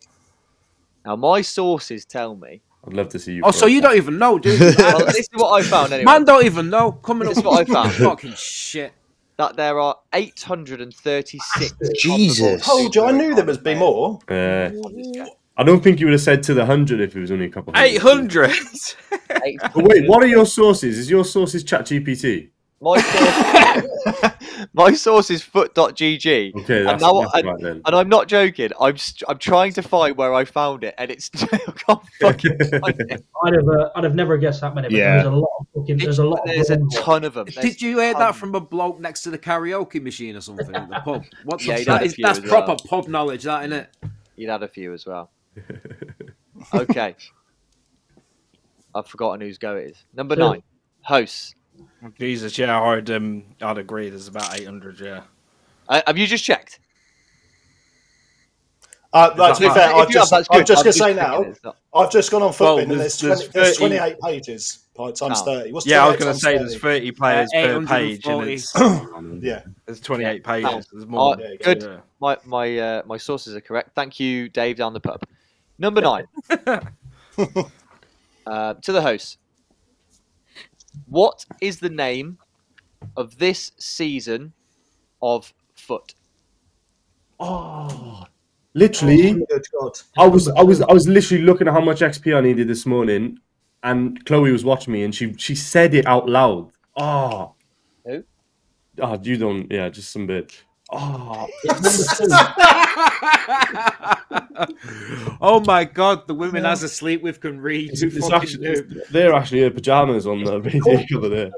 Speaker 2: Now my sources tell me.
Speaker 4: I'd love to see you.
Speaker 6: Oh, so
Speaker 4: throw it
Speaker 6: you
Speaker 4: back.
Speaker 6: don't even know, dude. you?
Speaker 2: Well, this is what I found anyway.
Speaker 6: Man, don't even know. Coming up
Speaker 2: This is what I found.
Speaker 6: fucking shit.
Speaker 2: that there are 836.
Speaker 8: Jesus.
Speaker 3: Told you, I knew there must be more.
Speaker 4: Uh, I don't think you would have said to the hundred if it was only a couple. hundred.
Speaker 7: 800
Speaker 4: But wait, what are your sources? Is your sources ChatGPT?
Speaker 2: My source, my source is foot.gg.
Speaker 4: Okay,
Speaker 2: and,
Speaker 4: that's,
Speaker 2: now,
Speaker 4: that's
Speaker 2: and,
Speaker 4: right then.
Speaker 2: and I'm not joking. I'm st- I'm trying to find where I found it, and it's still can't fucking find it.
Speaker 5: I'd have. Uh, I'd have never guessed that many. But
Speaker 8: Yeah.
Speaker 5: there's a lot of fucking. There's a
Speaker 3: Oh,
Speaker 5: lot.
Speaker 2: There's
Speaker 5: of
Speaker 2: a
Speaker 5: blue ones.
Speaker 2: ton of them.
Speaker 6: Did you hear that from a bloke next to the karaoke machine or something at the pub? What the
Speaker 2: Yeah, he'd
Speaker 6: fuck
Speaker 2: had a
Speaker 6: is-
Speaker 2: few
Speaker 6: that's
Speaker 2: as
Speaker 6: proper
Speaker 2: well.
Speaker 6: pub knowledge, that isn't it?
Speaker 2: You'd had a few as well. Okay. I've forgotten whose go it is. Number
Speaker 5: Two.
Speaker 2: nine, hosts.
Speaker 7: jesus yeah i'd um i'd agree there's about 800 yeah
Speaker 2: Uh, have you just checked?
Speaker 3: Uh, no, to be
Speaker 7: that-
Speaker 3: fair,
Speaker 2: If
Speaker 3: I've
Speaker 2: you have,
Speaker 3: just,
Speaker 2: that's
Speaker 3: I'm
Speaker 2: good.
Speaker 3: just
Speaker 2: I'm
Speaker 3: going to say
Speaker 2: thinking
Speaker 3: now,
Speaker 2: it's not-
Speaker 3: I've just gone on Footbin
Speaker 7: Well,
Speaker 3: and
Speaker 7: there's-
Speaker 3: there's, 20, there's
Speaker 7: there's 30
Speaker 3: 28 pages by times
Speaker 2: Oh.
Speaker 3: 30. What's
Speaker 7: Yeah, I was
Speaker 3: 28
Speaker 7: going to
Speaker 3: times
Speaker 7: say there's 30 players
Speaker 6: Uh,
Speaker 7: per page and
Speaker 6: 840.
Speaker 7: it's,
Speaker 3: Yeah.
Speaker 7: there's 28
Speaker 2: Yeah.
Speaker 7: pages. There's more.
Speaker 2: Oh,
Speaker 7: than-
Speaker 2: good.
Speaker 7: yeah.
Speaker 2: My my uh, my sources are correct. Thank you, Dave down the pub. Number nine. uh, to the host. What is the name of this season of foot?
Speaker 4: Oh, literally.
Speaker 3: Good God.
Speaker 4: I was I was I was literally looking at how much XP I needed this morning, and Chloe was watching me, and she she said it out loud. Ah,
Speaker 2: Who?
Speaker 4: Ah, you don't. Yeah, just some bitch. Ah,
Speaker 6: oh my god, the women as asleep with can read.
Speaker 4: it's,
Speaker 6: Who
Speaker 4: it's
Speaker 6: fucking
Speaker 4: actually
Speaker 6: knew?
Speaker 4: it's- they're actually her pajamas on the radio the other day.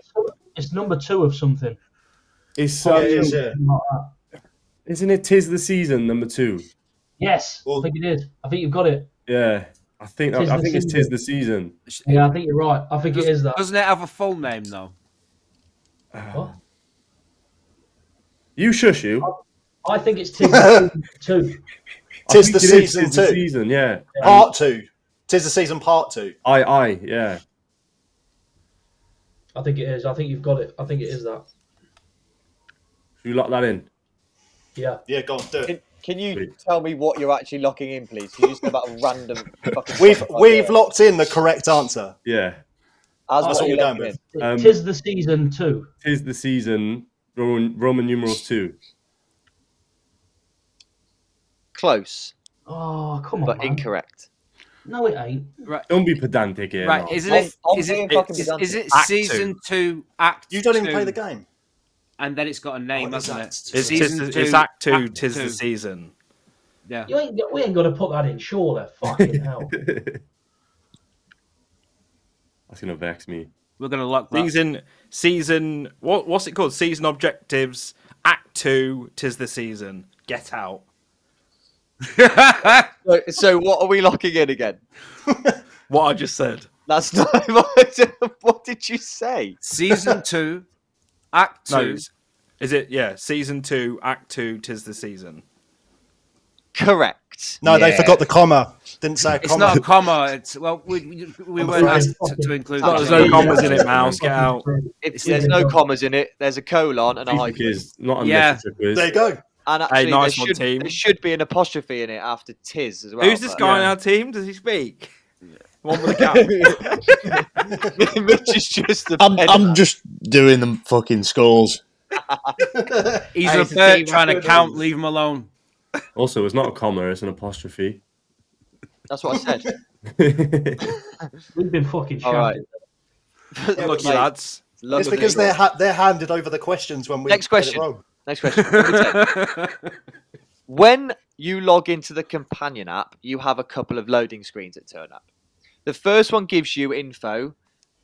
Speaker 5: It's number two of something.
Speaker 4: It's
Speaker 3: Yeah,
Speaker 4: um,
Speaker 3: it is, yeah.
Speaker 5: Like that.
Speaker 4: isn't it? Tis the season number two.
Speaker 5: Yes,
Speaker 3: Well-
Speaker 5: I think it is. I think you've got it.
Speaker 4: Yeah, I think
Speaker 5: Tis
Speaker 4: I, I
Speaker 5: the
Speaker 4: think it's
Speaker 5: season.
Speaker 4: tis the season.
Speaker 5: Yeah, I think you're right. I think it is that.
Speaker 6: Doesn't it have a full name though?
Speaker 5: What?
Speaker 4: You shush you.
Speaker 5: I think it's Tis the Season two.
Speaker 4: I
Speaker 3: Tis
Speaker 4: think
Speaker 3: the
Speaker 4: it is,
Speaker 3: season
Speaker 4: tis the
Speaker 3: two.
Speaker 4: season. Yeah.
Speaker 3: Part two. Tis the season part two.
Speaker 4: I I yeah.
Speaker 5: I think it is. I think you've got it. I think it is that.
Speaker 4: You lock that in.
Speaker 5: Yeah.
Speaker 3: Yeah, go on, do
Speaker 2: Can,
Speaker 3: it.
Speaker 2: can you
Speaker 4: Wait.
Speaker 2: tell me what you're actually locking in, please? You just about a random. Fucking
Speaker 3: We've
Speaker 2: fucking
Speaker 3: we've
Speaker 2: idea.
Speaker 3: locked in the correct answer.
Speaker 4: Yeah.
Speaker 2: As
Speaker 3: That's
Speaker 2: what
Speaker 3: what
Speaker 2: you're
Speaker 3: we're going
Speaker 2: locking in.
Speaker 3: with.
Speaker 4: Um,
Speaker 5: Tis the Season two.
Speaker 4: Tis the season. Roman, Roman numerals two.
Speaker 2: Close,
Speaker 5: Oh come on,
Speaker 2: but
Speaker 7: Uh-huh.
Speaker 5: man.
Speaker 2: incorrect.
Speaker 5: No, it ain't.
Speaker 6: Right,
Speaker 4: Don't be pedantic here.
Speaker 6: right.
Speaker 4: Mark.
Speaker 6: Isn't
Speaker 2: I'm-
Speaker 6: it?
Speaker 2: I'm
Speaker 6: Is
Speaker 2: being
Speaker 6: it,
Speaker 2: fucking
Speaker 6: is, is it
Speaker 7: Act
Speaker 6: season two, act?
Speaker 3: You don't even play
Speaker 6: two,
Speaker 3: the game.
Speaker 6: and then Oh, it's got a name,
Speaker 3: What is
Speaker 6: hasn't
Speaker 3: that?
Speaker 6: it?
Speaker 7: It's, tis
Speaker 6: Season
Speaker 7: the,
Speaker 6: two,
Speaker 7: it's Act Two.
Speaker 6: Act
Speaker 7: tis
Speaker 6: two.
Speaker 7: the season.
Speaker 6: Yeah.
Speaker 5: You ain't. We ain't gonna put that in. Surely, fucking hell.
Speaker 4: That's gonna vex me.
Speaker 6: We're gonna lock that.
Speaker 7: Season season. What what's it called? Season objectives. Act Two. Tis the season. Get out.
Speaker 2: So, so what are we locking in again?
Speaker 7: What I just said.
Speaker 2: That's not. what did you say?
Speaker 6: season two, act
Speaker 7: No.
Speaker 6: two.
Speaker 7: Is it? Yeah. Season two. Act Two. Tis the season.
Speaker 2: Correct.
Speaker 3: No, they forgot the comma. Didn't say a
Speaker 6: It's
Speaker 3: comma.
Speaker 6: not a comma. It's well, we we, we weren't
Speaker 5: afraid
Speaker 6: asked
Speaker 5: it's
Speaker 6: to, to include.
Speaker 2: not.
Speaker 6: that.
Speaker 7: There's no commas in it, Mouse. Get out.
Speaker 2: If there's no commas in it, there's a colon and a
Speaker 4: Cheaper
Speaker 2: hyphen.
Speaker 4: quiz, not
Speaker 6: Yeah.
Speaker 4: unnecessary quiz.
Speaker 3: there you go.
Speaker 2: And actually,
Speaker 7: nice
Speaker 2: there,
Speaker 7: one,
Speaker 2: should,
Speaker 7: team.
Speaker 2: there should be an apostrophe in it after tis as well.
Speaker 7: Who's this
Speaker 2: but-
Speaker 7: guy on our team? Does he speak? One with a cap.
Speaker 2: Mitch is just the.
Speaker 7: Um,
Speaker 8: I'm,
Speaker 2: pen
Speaker 8: I'm
Speaker 2: man.
Speaker 8: just doing the fucking scores.
Speaker 6: He's
Speaker 2: Hey,
Speaker 6: a
Speaker 2: it's a
Speaker 6: bird
Speaker 2: team
Speaker 6: trying to
Speaker 2: effort.
Speaker 6: count. Leave him alone.
Speaker 4: Also, it's not a comma; it's an apostrophe.
Speaker 2: That's what I said.
Speaker 4: Oh,
Speaker 5: We've been fucking
Speaker 2: All right.
Speaker 5: shafted.
Speaker 2: Yeah,
Speaker 7: Lucky
Speaker 2: mate,
Speaker 7: lads.
Speaker 2: luck
Speaker 3: it's
Speaker 2: of the
Speaker 3: because
Speaker 2: draw.
Speaker 3: they're ha- they're handed over the questions when we
Speaker 2: Next
Speaker 3: get it
Speaker 2: question.
Speaker 3: wrong.
Speaker 2: Next question. when you log into the companion app, you have a couple of loading screens that turn up. The first one gives you info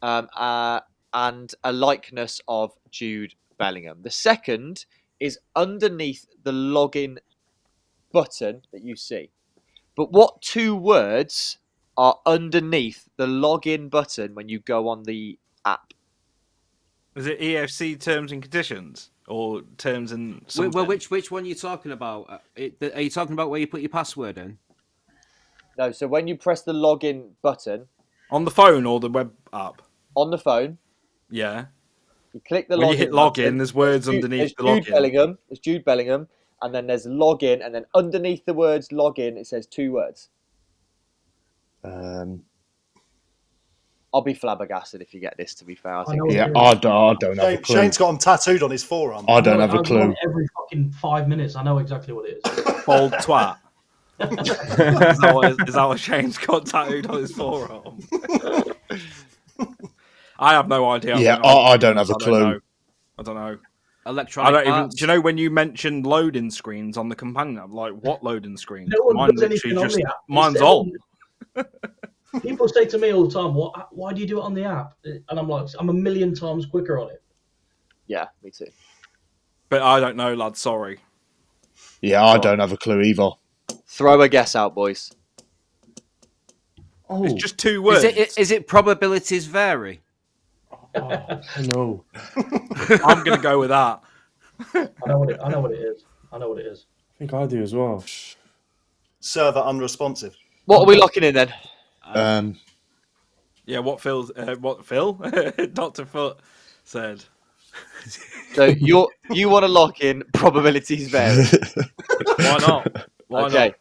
Speaker 2: um, uh, and a likeness of Jude Bellingham. The second is underneath the login button that you see. But what two words are underneath the login button when you go on the app?
Speaker 7: Is it EFC terms and conditions or terms and
Speaker 6: Wh-
Speaker 7: something?
Speaker 6: Well, which which one are you talking about? Uh, it- Are you talking about where you put your password in?
Speaker 2: No, so when you press the login button
Speaker 7: on the phone or the web app?
Speaker 2: on the phone,
Speaker 7: Yeah.
Speaker 2: you click the
Speaker 7: When
Speaker 2: login.
Speaker 7: you hit
Speaker 2: button.
Speaker 7: login, there's words
Speaker 2: Jude-
Speaker 7: underneath the
Speaker 2: there's Jude
Speaker 7: login.
Speaker 2: Bellingham. There's Jude Bellingham, and then there's login, and then underneath the words login, it says two words.
Speaker 8: Um,
Speaker 2: I'll be flabbergasted if you get this. To be fair, I think.
Speaker 5: know.
Speaker 8: yeah, I don't, I don't have a
Speaker 3: Shane,
Speaker 8: clue.
Speaker 3: Shane's got them tattooed on his forearm.
Speaker 6: Uh,
Speaker 8: I don't have
Speaker 5: I
Speaker 8: a
Speaker 5: was on
Speaker 8: clue.
Speaker 5: it Every fucking five minutes, I know exactly what it is.
Speaker 7: Bold twat. is, that what, is that what Shane's got tattooed on his forearm? I have no idea.
Speaker 8: Yeah,
Speaker 7: don't know.
Speaker 8: I, I don't have a
Speaker 7: I
Speaker 8: clue.
Speaker 7: know. I don't know. I
Speaker 6: Electronic.
Speaker 7: don't even.
Speaker 6: arts?
Speaker 7: Do you know when you mentioned loading screens on the companion? I'm like, what loading screens?
Speaker 5: No one
Speaker 7: Mine
Speaker 5: does anything
Speaker 7: literally
Speaker 5: on
Speaker 7: just.
Speaker 5: the app.
Speaker 7: Mine's
Speaker 5: It's
Speaker 7: on.
Speaker 5: everyone- People say to me all the time, "What? Why do you do it on the app?" And I'm like, "I'm a million times quicker on it."
Speaker 2: Yeah, me too.
Speaker 7: But I don't know, lad. Sorry.
Speaker 8: Yeah, I don't have a clue either.
Speaker 2: Throw a guess out, boys.
Speaker 4: Oh,
Speaker 7: It's just
Speaker 6: Is
Speaker 7: two words.
Speaker 6: it is it probabilities vary?
Speaker 4: oh, I know.
Speaker 7: I'm going to go with that.
Speaker 5: I know what it. I know what it is. I know what it is.
Speaker 4: I think I do as well.
Speaker 3: Server unresponsive.
Speaker 2: What are we locking in then?
Speaker 8: Um,
Speaker 7: Yeah, what Phil, uh, what Phil, Doctor Foot said.
Speaker 2: So you you want to lock in probabilities vary.
Speaker 7: Why not? Why
Speaker 2: okay.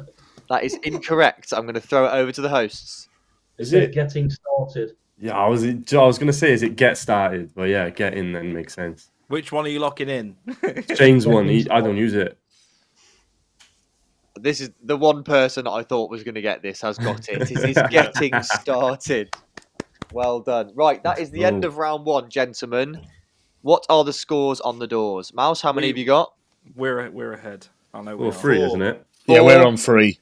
Speaker 7: not?
Speaker 2: That is incorrect. I'm going to throw it over to the hosts.
Speaker 4: Is
Speaker 5: They're
Speaker 4: it?
Speaker 5: getting started.
Speaker 4: Yeah, I was. I was gonna say, is it get started? But yeah, get in then makes sense.
Speaker 7: Which one are you locking in?
Speaker 4: James one. He, I don't use it.
Speaker 2: This is the one person I thought was going to get this has got it. It is getting started. Well done. Right, that is the end of round one, gentlemen. What are the scores on the doors? Mouse, how many have you got?
Speaker 7: we're we're ahead. I know.
Speaker 4: Well,
Speaker 7: we are.
Speaker 4: free, isn't it?
Speaker 8: Yeah, we're on three.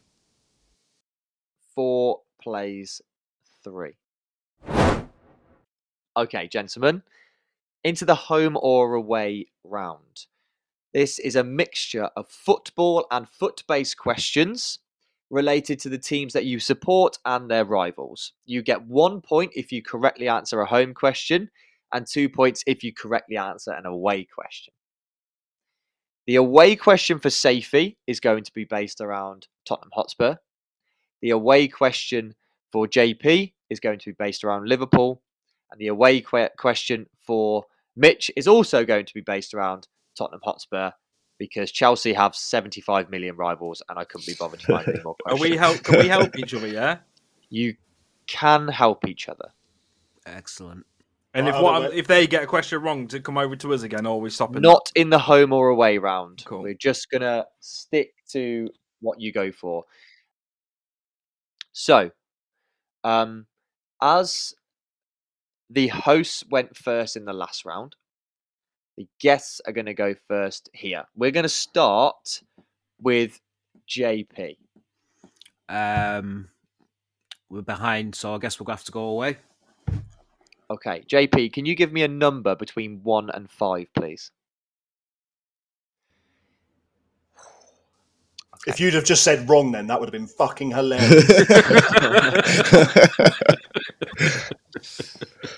Speaker 2: Four plays three. Okay, gentlemen, into the home or away round. This is a mixture of football and foot based questions related to the teams that you support and their rivals. You get one point if you correctly answer a home question, and two points if you correctly answer an away question. The away question for Safi is going to be based around Tottenham Hotspur. The away question for JP is going to be based around Liverpool. And the away que- question for Mitch is also going to be based around Tottenham Hotspur because Chelsea have 75 million rivals and I couldn't be bothered to find any more
Speaker 7: Are
Speaker 2: questions.
Speaker 7: we help? Can we help each other? Yeah.
Speaker 2: You can help each other.
Speaker 6: Excellent.
Speaker 7: And if
Speaker 3: Either
Speaker 7: what
Speaker 3: way-
Speaker 7: if they get a question wrong, to come over to us again, or we stop it.
Speaker 2: Not in the home or away round.
Speaker 7: Cool.
Speaker 2: We're just going to stick to what you go for. So, um, as the hosts went first in the last round, the guests are going to go first here. We're going to start with JP.
Speaker 6: Um, we're behind, so I guess we'll have to go away.
Speaker 2: Okay, JP, can you give me a number between one and five, please?
Speaker 3: If you'd have just said wrong, then that would have been fucking hilarious.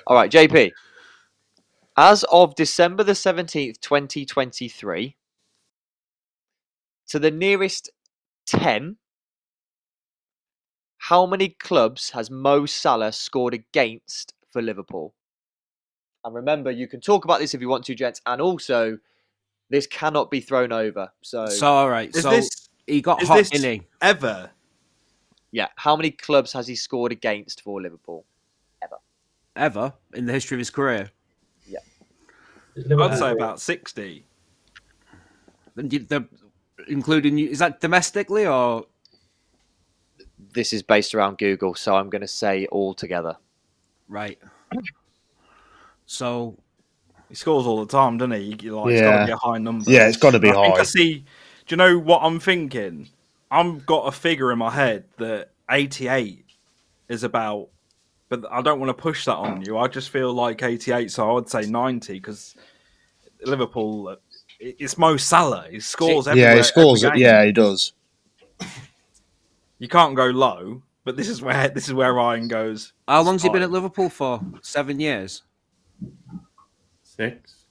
Speaker 2: All right, JP. As of December the 17th, 2023, to the nearest 10, how many clubs has Mo Salah scored against for Liverpool? And remember, you can talk about this if you want to, gents, and also this cannot be thrown over. So,
Speaker 6: So all right,
Speaker 7: Is
Speaker 6: so
Speaker 7: this-
Speaker 6: he got
Speaker 7: is
Speaker 6: hot,
Speaker 7: this-
Speaker 6: didn't he?
Speaker 7: Ever.
Speaker 2: yeah, how many clubs has he scored against for Liverpool?
Speaker 6: Ever in the history of his career?
Speaker 5: It's
Speaker 7: I'd
Speaker 5: Liverpool.
Speaker 7: say about sixty.
Speaker 6: The- the- including you, is that domestically or
Speaker 2: This is based around Google, so I'm going to say all together.
Speaker 6: right? So
Speaker 7: He scores all the time, doesn't he? You- Like, It's got
Speaker 8: Yeah.
Speaker 7: to be a high number.
Speaker 8: Yeah, it's gotta be
Speaker 7: I Think
Speaker 8: high.
Speaker 7: I see. Do you know what I'm thinking? I've got a figure in my head that 88 is about, but I don't want to push that on you. I just feel like 88, so I would say 90 because Liverpool. uh, it- It's Mo Salah. He scores everywhere.
Speaker 8: Yeah, he
Speaker 7: every
Speaker 8: scores it.
Speaker 7: game.
Speaker 8: Yeah, he does.
Speaker 7: you can't go low. But this is where this is where Ryan goes.
Speaker 6: how long's he been
Speaker 7: Fine.
Speaker 6: at Liverpool for? Seven years,
Speaker 4: Six.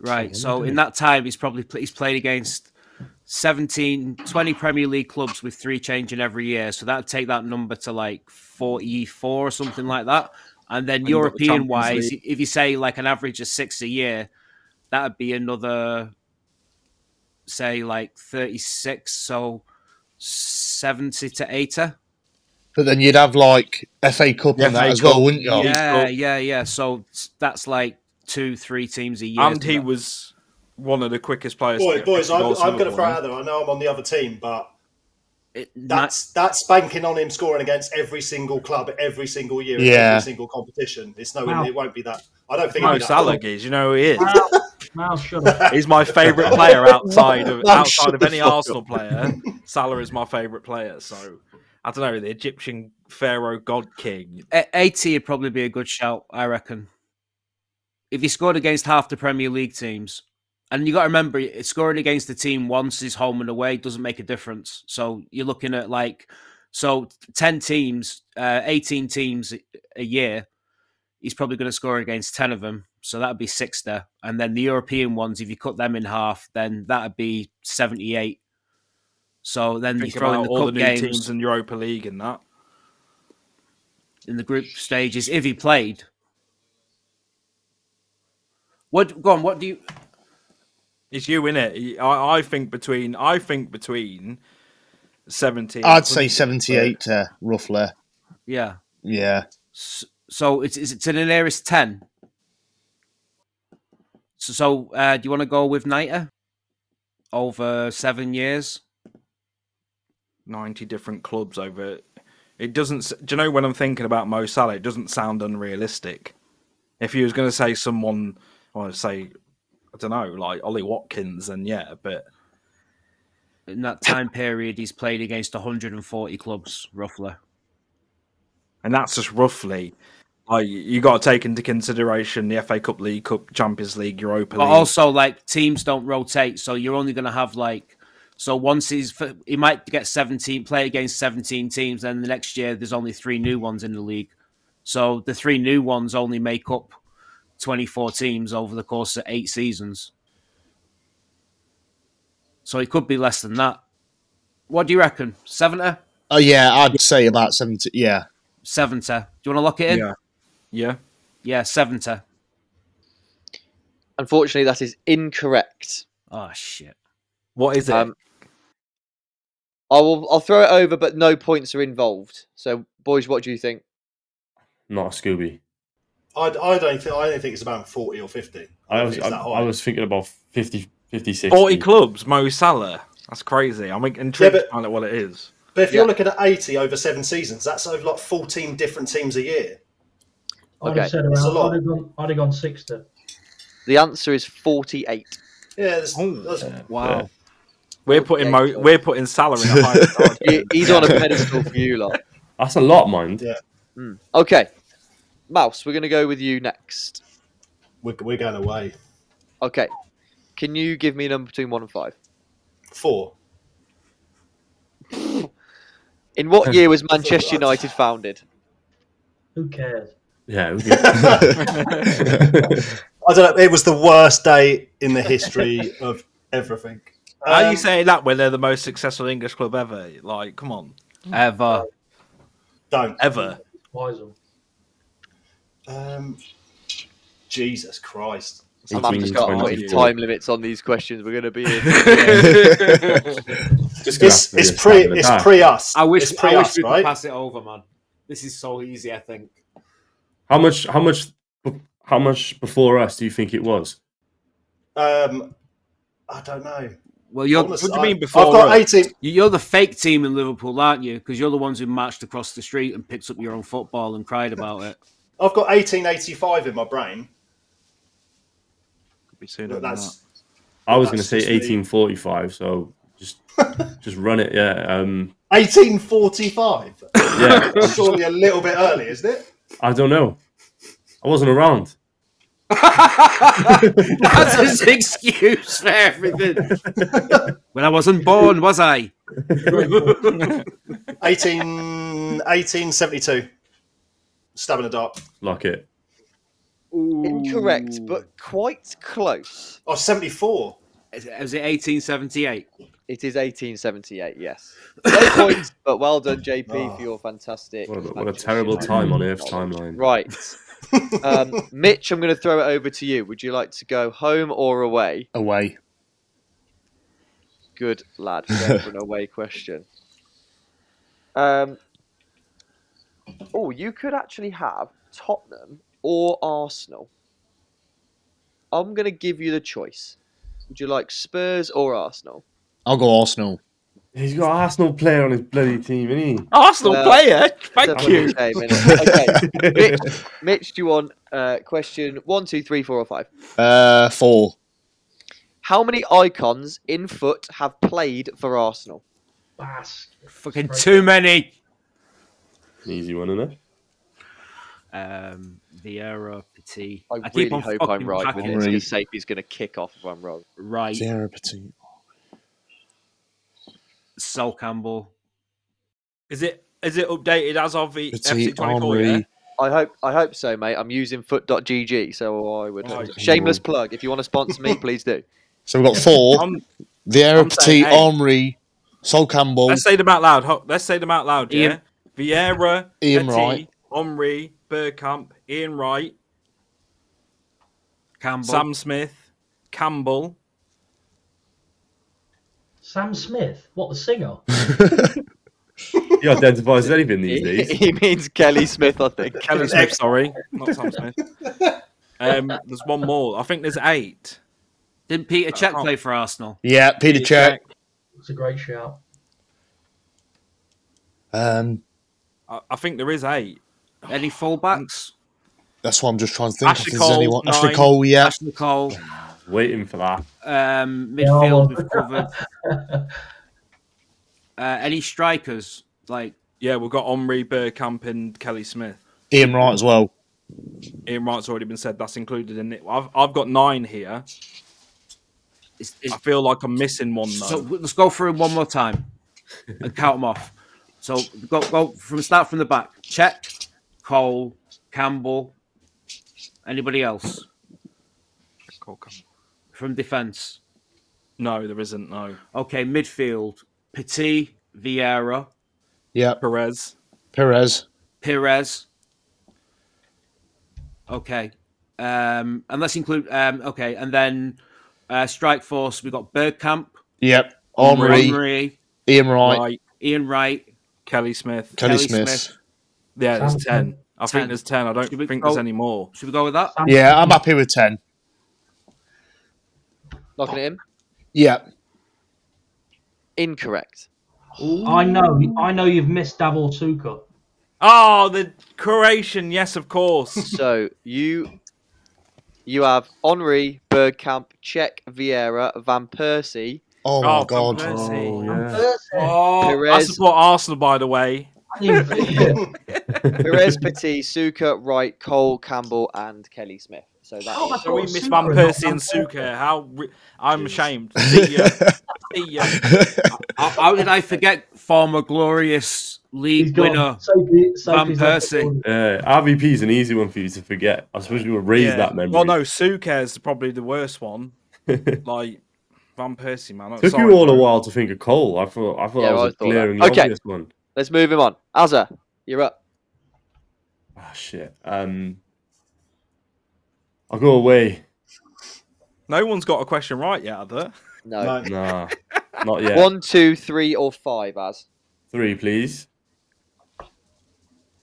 Speaker 6: right? So in that time, he's probably pl- he's played against 17, 20 Premier League clubs with three changing every year. So that'd take that number to like 44 or something like that. And then
Speaker 7: you've got the
Speaker 6: European
Speaker 7: Champions
Speaker 6: wise,
Speaker 7: League.
Speaker 6: if you say like an average of six a year, that'd be another, say like 36. So 70 to 80.
Speaker 8: But then you'd have like FA Cup
Speaker 7: The
Speaker 8: and that
Speaker 7: FA
Speaker 8: as well,
Speaker 7: Cup,
Speaker 8: wouldn't you?
Speaker 7: He's
Speaker 6: Yeah,
Speaker 7: got-
Speaker 6: yeah, yeah. So s- that's like two, three teams a year.
Speaker 7: And
Speaker 6: to
Speaker 7: he
Speaker 6: that.
Speaker 7: was one of the quickest players. to
Speaker 3: boys,
Speaker 7: get
Speaker 3: boys,
Speaker 7: 50
Speaker 3: I'm,
Speaker 7: goals for
Speaker 3: I'm going to
Speaker 7: Liverpool,
Speaker 3: throw out there. I know I'm on the other team, but
Speaker 6: It- na-
Speaker 3: that's that's banking on him scoring against every single club, every single year, in
Speaker 8: Yeah.
Speaker 3: every single competition. It's no,
Speaker 5: Wow.
Speaker 3: it won't be that. I don't think it'll
Speaker 7: Mo
Speaker 3: be that.
Speaker 7: Salah is, you know who he is.
Speaker 5: Mouse, shut up.
Speaker 7: He's my favourite player outside of
Speaker 8: No,
Speaker 7: outside
Speaker 8: shut
Speaker 7: of
Speaker 8: the
Speaker 7: any
Speaker 8: fuck up.
Speaker 7: Arsenal player. Salah is my favourite player. So I don't know the Egyptian pharaoh god king.
Speaker 6: e- 80 would probably be a good shout, I reckon. If he scored against half the Premier League teams, and you got to remember, it- scoring against the team once is home and away doesn't make a difference. So you're looking at like, so 10 teams, uh, 18 teams a- a year, he's probably going to score against 10 of them. So that would be 60. And then the European ones, if you cut them in half, then that would be 78. So then you
Speaker 7: Think
Speaker 6: throw in
Speaker 7: about
Speaker 6: the
Speaker 7: all
Speaker 6: cup
Speaker 7: the new
Speaker 6: games
Speaker 7: teams in Europa League and that.
Speaker 6: in the group stages if he played. What go on? What do you?
Speaker 7: It's you in it. I, I think between I think between seventy. and
Speaker 8: I'd say
Speaker 7: 100, but-
Speaker 8: seventy-eight, uh, roughly.
Speaker 6: Yeah.
Speaker 8: Yeah,
Speaker 6: S- So it's is it to the nearest ten? So, so uh, do you want to go with Niter over seven years?
Speaker 7: 90 different clubs over it doesn't s- do you know when i'm thinking about mo salah it doesn't sound unrealistic if he was going to say someone i want to say i don't know like ollie watkins then yeah but
Speaker 6: In that time period, he's played against 140 clubs, roughly.
Speaker 7: and that's just roughly like you got to take into consideration the fa cup league cup champions league europa
Speaker 6: But
Speaker 7: league
Speaker 6: also, like teams don't rotate, so you're only going to have like so once he's he might get 17 play against 17 teams, then the next year there's only three new ones in the league. So the three new ones only make up 24 teams over the course of eight seasons. So it could be less than that. What do you reckon? 70?
Speaker 8: Oh yeah, I'd say about seventy. Yeah,
Speaker 6: 70. Do you want to lock it in?
Speaker 7: yeah yeah
Speaker 6: yeah 70.
Speaker 2: Unfortunately, that is incorrect.
Speaker 6: Oh, shit.
Speaker 7: what is it
Speaker 2: Um, I will. I'll throw it over, but no points are involved. So, boys, what do you think?
Speaker 4: Not a Scooby.
Speaker 3: I, I don't think I don't think it's about forty or fifty.
Speaker 4: I
Speaker 3: don't
Speaker 4: was
Speaker 3: think
Speaker 4: I,
Speaker 3: it's that high.
Speaker 4: I was thinking about 50, 50 60.
Speaker 7: 40 clubs mo salah that's crazy i'm intrigued
Speaker 3: Yeah, but-
Speaker 7: to find out what it is
Speaker 3: but if
Speaker 2: yeah.
Speaker 3: you're looking at eighty over seven seasons, that's over like fourteen different teams a year.
Speaker 5: I'd
Speaker 2: Okay,
Speaker 5: have said
Speaker 3: it's a
Speaker 5: around.
Speaker 3: lot.
Speaker 5: I'd have, gone, I'd have gone 60.
Speaker 2: The answer is forty-eight.
Speaker 3: Yeah, there's,
Speaker 7: Oh,
Speaker 3: there's,
Speaker 6: Wow.
Speaker 7: we're putting mo
Speaker 2: clubs.
Speaker 7: we're putting salah in a higher
Speaker 2: He- He's on a pedestal for you lot.
Speaker 4: That's a lot, mind.
Speaker 3: Yeah.
Speaker 2: Mm. Okay, Mouse, we're going to go with you next.
Speaker 3: we're, we're going away
Speaker 2: Okay, can you give me a number between one and five?
Speaker 3: four.
Speaker 2: In what year was Manchester United founded?
Speaker 5: Who cares?
Speaker 4: Yeah. it would
Speaker 3: I don't know. It was the worst day in the history of everything.
Speaker 7: How are
Speaker 3: Um,
Speaker 7: you saying that when they're the most successful English club ever? Like, come on,
Speaker 3: Mm.
Speaker 6: Ever.
Speaker 3: Don't.
Speaker 7: ever.
Speaker 5: Wiseau.
Speaker 3: Um, Jesus Christ.
Speaker 2: I'm having to start
Speaker 4: 18,
Speaker 2: putting
Speaker 4: 22.
Speaker 2: time limits on these questions. We're going to be in.
Speaker 4: Just gonna
Speaker 3: It's,
Speaker 4: have to
Speaker 3: it's
Speaker 4: be a
Speaker 3: pre
Speaker 4: stab in the
Speaker 3: it's
Speaker 4: dark.
Speaker 3: pre us.
Speaker 6: I wish,
Speaker 3: it's pre
Speaker 6: I wish
Speaker 3: us,
Speaker 6: we could
Speaker 3: right?
Speaker 6: pass it over, man. This is so easy, I think.
Speaker 4: How much? How much? How much before us do you think it was?
Speaker 3: Um, I don't know.
Speaker 6: Well, you're
Speaker 3: Honestly,
Speaker 7: what do you mean
Speaker 3: I-
Speaker 7: before
Speaker 3: I've got
Speaker 7: us?
Speaker 3: eighteen.
Speaker 6: You- You're the fake team in Liverpool, aren't you? Because you're the ones who marched across the street and picked up your own football and cried about it.
Speaker 3: I've got eighteen eighty five in my brain.
Speaker 7: Could be sooner
Speaker 3: But
Speaker 7: than
Speaker 3: that's
Speaker 4: I was going to
Speaker 3: That's
Speaker 4: say
Speaker 3: just me.
Speaker 4: 1845. So just just run it. Yeah. Um,
Speaker 3: eighteen forty five.
Speaker 4: yeah.
Speaker 3: Surely a little bit early, isn't it?
Speaker 4: I don't know. I wasn't around.
Speaker 6: That's his excuse for everything. when I wasn't born, was I?
Speaker 3: 18, 1872. Stab in the dark.
Speaker 4: Lock it.
Speaker 2: Incorrect, but quite close.
Speaker 3: Oh, 74.
Speaker 6: Is it- Was it 1878?
Speaker 2: It is 1878, yes. No points, but well done, JP, for your fantastic.
Speaker 4: What a, what a
Speaker 2: Manchester
Speaker 4: terrible
Speaker 2: United
Speaker 4: time on Earth's
Speaker 2: knowledge.
Speaker 4: timeline.
Speaker 2: Right. Um, Mitch, I'm going to throw it over to you. Would you like to go home or away?
Speaker 8: away.
Speaker 2: Good lad. Go for an away question. Um, oh, you could actually have Tottenham or Arsenal. I'm going to give you the choice. Would you like Spurs or Arsenal?
Speaker 8: I'll go Arsenal.
Speaker 4: He's got an Arsenal player on his bloody team, isn't he?
Speaker 7: Arsenal
Speaker 2: Well,
Speaker 7: player. Thank
Speaker 2: Seven
Speaker 7: you.
Speaker 2: minutes, eight minutes. Okay, Mitch, Mitch, do you want uh, question one, two, three, four, or five?
Speaker 8: Uh, four.
Speaker 2: How many icons in foot have played for Arsenal?
Speaker 5: Basque.
Speaker 6: Fucking too many.
Speaker 4: An easy one, isn't it?
Speaker 6: Um, Vieira, Petit.
Speaker 2: I,
Speaker 6: keep
Speaker 2: really
Speaker 6: on
Speaker 2: hope I'm
Speaker 6: fucking
Speaker 2: right with
Speaker 6: packing
Speaker 2: this
Speaker 8: Henry.
Speaker 2: because Safety's going to kick off if I'm wrong.
Speaker 6: Right.
Speaker 8: Zero Petit.
Speaker 6: Sol Campbell.
Speaker 7: Is it is it updated as of E- the
Speaker 8: Petit
Speaker 7: FC twenty four? Yeah?
Speaker 8: Henri.
Speaker 2: I hope I hope so, mate. I'm using foot.gg, so I
Speaker 6: Oh,
Speaker 2: would.
Speaker 7: Right.
Speaker 2: Shameless plug. If you want to sponsor me, please do.
Speaker 8: So we've got four.
Speaker 7: Um,
Speaker 8: Vieira
Speaker 7: I'm
Speaker 8: Petit
Speaker 7: saying eight.
Speaker 8: Henri. Sol Campbell.
Speaker 7: let's say them out loud. Ho- Let's say them out loud. Yeah.
Speaker 6: Ian-
Speaker 7: Vieira,
Speaker 8: Ian
Speaker 7: Petit,
Speaker 8: Wright.
Speaker 7: Omri, Burkamp, Ian Wright,
Speaker 6: Campbell.
Speaker 7: Sam Smith, Campbell.
Speaker 5: Sam Smith. What, the singer?
Speaker 4: He identifies as anything these
Speaker 2: He,
Speaker 4: days.
Speaker 2: he means Kelly Smith, I think.
Speaker 7: Kevin Smith, sorry, not Tom Smith. Um, there's one more. I think there's eight.
Speaker 6: Didn't Peter Check play for Arsenal?
Speaker 8: Yeah, Peter Check.
Speaker 5: It's a great shout.
Speaker 8: Um,
Speaker 7: I, I think there is eight.
Speaker 6: Any fullbacks?
Speaker 8: that's what I'm just trying to think. if
Speaker 7: Ashley
Speaker 8: there's
Speaker 7: Cole,
Speaker 8: anyone. Ashley
Speaker 7: nine.
Speaker 8: Cole, yeah.
Speaker 6: Ashley Cole,
Speaker 4: Waiting for that.
Speaker 6: um, midfield
Speaker 5: Yeah.
Speaker 6: we've covered. Uh, any strikers? Like
Speaker 7: Yeah, we've got Omri, Burkamp, and Kelly Smith.
Speaker 8: Ian Wright as well.
Speaker 7: Ian Wright's already been said. That's included in it. I've, I've got nine here.
Speaker 6: is, is,
Speaker 7: I feel like I'm missing one though.
Speaker 6: so let's go through 'em one more time and count them off. So go go from start from the back. Check, Cole, Campbell. Anybody else
Speaker 7: Cole Campbell.
Speaker 6: from defence?
Speaker 7: No, there isn't. No,
Speaker 6: Okay, midfield. Petit, Vieira,
Speaker 8: Yeah,
Speaker 7: Perez.
Speaker 8: Perez.
Speaker 6: Perez. Okay. Um, and let's include um, okay, and then uh, strike force. We've got Bergkamp,
Speaker 8: Yep. Omri,
Speaker 6: Omri,
Speaker 8: Ian Wright,
Speaker 7: Right.
Speaker 6: Ian Wright.
Speaker 7: Kelly Smith.
Speaker 8: Kelly
Speaker 6: Kelly
Speaker 8: Smith.
Speaker 6: Smith.
Speaker 7: Yeah, there's
Speaker 5: Ten.
Speaker 7: ten. I
Speaker 6: Ten.
Speaker 7: think there's ten. I don't
Speaker 6: Should we
Speaker 7: think
Speaker 6: go-
Speaker 7: there's any more.
Speaker 6: Should we go with that?
Speaker 8: Yeah, I'm happy with 10.
Speaker 2: Looking at him.
Speaker 8: Yeah.
Speaker 2: Incorrect.
Speaker 5: I know, I know you've missed Davor Suka.
Speaker 7: Oh, the Croatian. Yes, of course. Oh,
Speaker 2: So you you have Henri, Bergkamp, Czech, Vieira, Van Persie.
Speaker 8: Oh, my
Speaker 7: Oh,
Speaker 8: God.
Speaker 7: Van Persie.
Speaker 4: Oh, yeah.
Speaker 5: Percy.
Speaker 7: oh, I
Speaker 2: Perez.
Speaker 7: support Arsenal, by the way.
Speaker 2: Perez, Petit, Suka, Wright, Cole, Campbell, and Kelly Smith. So that
Speaker 5: Oh,
Speaker 2: is-
Speaker 5: that's
Speaker 7: So we
Speaker 5: Got
Speaker 7: miss
Speaker 5: Suka
Speaker 7: Van
Speaker 5: and not
Speaker 7: Persie
Speaker 5: Van
Speaker 7: and Suka.
Speaker 5: Persie.
Speaker 7: How re- I'm ashamed. See ya. See ya.
Speaker 6: How, how did I forget former glorious
Speaker 5: He's
Speaker 6: league winner?
Speaker 5: gone. Sophie,
Speaker 6: Van
Speaker 5: Sophie's left the
Speaker 6: Persie.
Speaker 5: corner.
Speaker 4: Uh, RVP is an easy one for you to forget. I suppose you were raised
Speaker 7: Yeah.
Speaker 4: that memory.
Speaker 7: Well, no, Suka is probably the worst one. like Van Persie, man. I'm
Speaker 4: Took
Speaker 7: sorry,
Speaker 4: you all a
Speaker 7: bro.
Speaker 4: while to think of Cole. I thought I thought
Speaker 2: Yeah,
Speaker 4: that was
Speaker 2: I
Speaker 4: a
Speaker 2: thought that.
Speaker 4: glaringly
Speaker 2: Okay.
Speaker 4: obvious one.
Speaker 2: Let's move him on. Azza, you're up.
Speaker 4: Ah, shit. Um, I'll go away.
Speaker 7: No one's got a question right yet, have they?
Speaker 2: No.
Speaker 3: No.
Speaker 4: Nah, not yet.
Speaker 2: One, two, three, or five, Az.
Speaker 4: Three, please.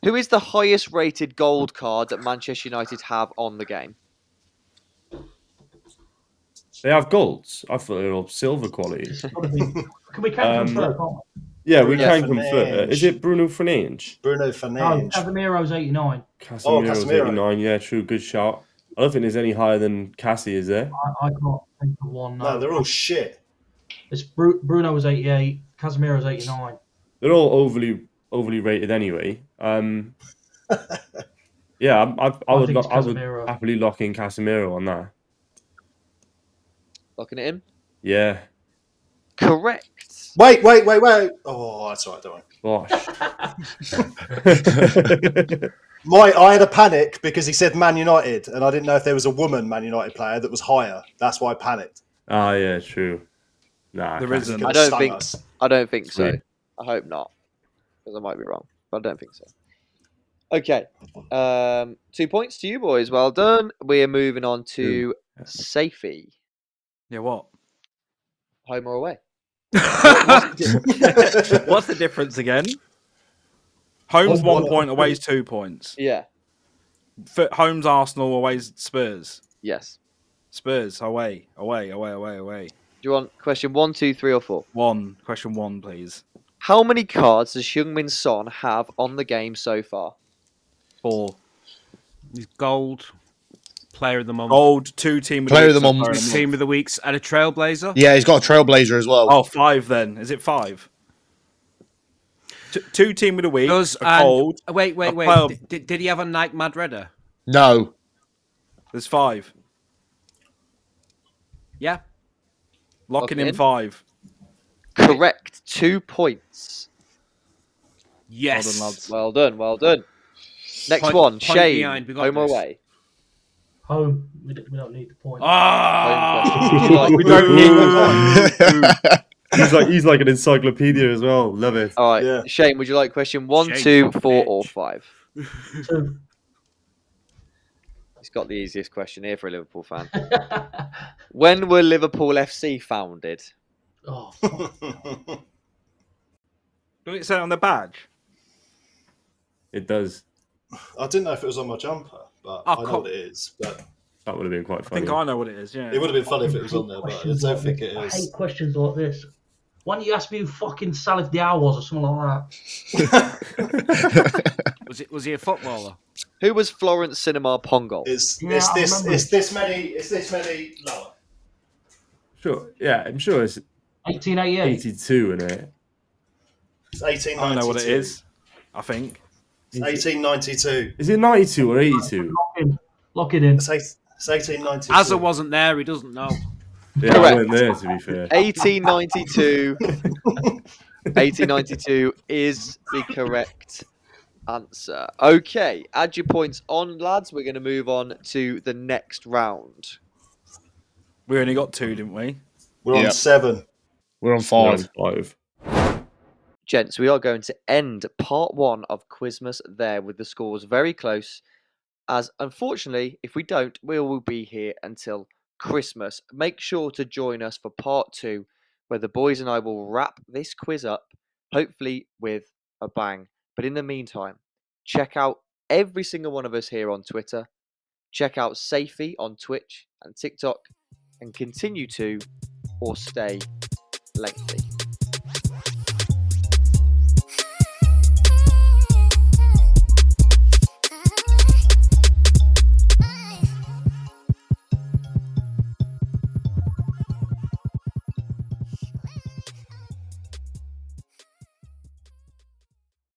Speaker 2: Who is the highest rated gold card that Manchester United have on the game?
Speaker 4: They have golds. I thought they were all silver quality.
Speaker 5: Gotta be- Can we count
Speaker 4: Um,
Speaker 5: um, confirm? Can't we?
Speaker 4: Yeah, we
Speaker 2: Bruno
Speaker 4: can confirm.
Speaker 3: Fernandes.
Speaker 4: Is it Bruno Fernandes?
Speaker 3: Bruno
Speaker 5: No,
Speaker 3: Fernandes.
Speaker 5: Casemiro's 89.
Speaker 4: Casemiro's
Speaker 3: Casemiro.
Speaker 4: 89. Yeah, true. Good shout. I don't think there's any higher than Cassie, is there?
Speaker 5: I, I can't think of one. No,
Speaker 3: no, they're all shit.
Speaker 5: it's Bru- Bruno was 88, Casemiro's 89.
Speaker 4: They're all overly overly rated anyway. Um, yeah, I, I, I
Speaker 5: I
Speaker 4: would
Speaker 5: think
Speaker 4: lo-
Speaker 5: it's
Speaker 4: I would
Speaker 5: Casemiro.
Speaker 4: happily lock in Casemiro on that.
Speaker 2: Looking at him.
Speaker 4: Yeah,
Speaker 2: Correct.
Speaker 3: Wait, wait, wait, wait. Oh, that's all right. Don't worry.
Speaker 4: gosh.
Speaker 3: My, I had a panic because he said Man United, and I didn't know if there was a woman Man United player that was higher. That's why I panicked.
Speaker 4: Ah, yeah, true. Nah,
Speaker 7: There
Speaker 4: Cas-
Speaker 7: isn't.
Speaker 3: Gonna
Speaker 2: I don't
Speaker 3: stung
Speaker 2: think-
Speaker 3: us.
Speaker 2: I don't think so.
Speaker 4: Sweet.
Speaker 2: I hope not, because I might be wrong. But I don't think so. Okay, um, two points to you boys. Well done. We are moving on to Safi,
Speaker 7: Yeah, what?
Speaker 2: home or away.
Speaker 7: What's the difference again? Home's
Speaker 3: Well,
Speaker 7: one
Speaker 3: well,
Speaker 7: point,
Speaker 3: uh,
Speaker 7: away's two points.
Speaker 2: Yeah.
Speaker 7: F- Home's Arsenal, away's Spurs.
Speaker 2: Yes.
Speaker 7: Spurs, away, away, away, away, away.
Speaker 2: Do you want question one, two, three, or four?
Speaker 7: One question, one, please.
Speaker 2: How many cards does Heung-Min Son have on the game so far?
Speaker 7: Four.
Speaker 6: He's gold player of the month,
Speaker 7: Gold, two team. Of
Speaker 8: Player of the
Speaker 7: week, so
Speaker 8: month.
Speaker 7: player of the month.
Speaker 6: team of the weeks, and a trailblazer.
Speaker 8: Yeah, he's got a trailblazer as well.
Speaker 7: Oh, five then. Is it five? T- two team of the week.
Speaker 6: Does
Speaker 7: a
Speaker 6: and
Speaker 7: gold.
Speaker 6: oh, wait, wait,
Speaker 7: a
Speaker 6: wait.
Speaker 7: player-
Speaker 6: Did- Did, did he have a Nike Mad Redder?
Speaker 8: No.
Speaker 7: There's five.
Speaker 6: Yeah.
Speaker 2: Lock
Speaker 7: Locking in
Speaker 2: in.
Speaker 7: five.
Speaker 2: Correct. Two points.
Speaker 6: Yes.
Speaker 7: Well done,
Speaker 2: Well done.
Speaker 7: lads.
Speaker 2: Well done. Next
Speaker 6: Point-
Speaker 2: one,
Speaker 6: point
Speaker 2: Shane.
Speaker 6: behind, we got
Speaker 2: home or
Speaker 6: this.
Speaker 2: away?
Speaker 5: Home, we don't, we don't need the point.
Speaker 7: Oh.
Speaker 6: Ah,
Speaker 2: Home question.
Speaker 7: We don't need the point.
Speaker 4: he's like he's like an encyclopedia as well. Love it.
Speaker 2: All right,
Speaker 3: Yeah.
Speaker 2: Shane. Would you like question one,
Speaker 6: Shane,
Speaker 2: two, four,
Speaker 6: bitch.
Speaker 2: or five?
Speaker 5: Two.
Speaker 2: He's got the easiest question here for a Liverpool fan. when were Liverpool FC founded?
Speaker 5: Oh, fuck.
Speaker 7: Don't it say it on the badge?
Speaker 4: It does.
Speaker 3: I didn't know if it was on my jumper, but
Speaker 6: Oh,
Speaker 3: I know
Speaker 6: cool.
Speaker 3: what it is. But
Speaker 4: That would have been quite
Speaker 7: I
Speaker 4: funny.
Speaker 7: think I know what it is. Yeah.
Speaker 3: it would have been funny if it was on there, but I
Speaker 5: Questions
Speaker 3: don't
Speaker 5: like
Speaker 3: think
Speaker 5: this.
Speaker 3: it
Speaker 5: I
Speaker 3: is.
Speaker 5: hate questions like this. Why don't you ask me who fucking Salif Diao was or something like that?
Speaker 6: Was it? Was he a footballer?
Speaker 2: Who was Florence Cinema Pongol?
Speaker 3: It's
Speaker 5: Yeah,
Speaker 3: it's
Speaker 5: I
Speaker 3: this
Speaker 5: remember.
Speaker 3: it's this many it's this many lower.
Speaker 4: Sure. Yeah, I'm sure it's
Speaker 5: 1888.
Speaker 4: 82 in it.
Speaker 3: It's eighteen
Speaker 7: I
Speaker 3: ninety
Speaker 7: know
Speaker 3: two.
Speaker 7: what it is. I think.
Speaker 3: Eighteen ninety two.
Speaker 4: Is it 92 or 82?
Speaker 5: Lock, in. Lock it in.
Speaker 3: It's eight, it's eighteen ninety two.
Speaker 6: Azza wasn't there. He doesn't know.
Speaker 4: Yeah, I
Speaker 2: Correct.
Speaker 4: went there to be fair.
Speaker 2: 1892. 1892 is the correct answer. Okay, add your points on, lads. We're going to move on to the next round.
Speaker 7: We only got two, didn't we?
Speaker 3: We're on
Speaker 8: Yeah.
Speaker 3: seven.
Speaker 8: We're on
Speaker 4: No,
Speaker 8: five.
Speaker 4: it's five.
Speaker 2: Gents, we are going to end part one of Quizmas there with the scores very close. As unfortunately, if we don't, we will be here until Christmas. Make sure to join us for part two, where the boys and I will wrap this quiz up, hopefully with a bang. But in the meantime, check out every single one of us here on Twitter. Check out Safi on Twitch and TikTok, and continue to or stay lengthy.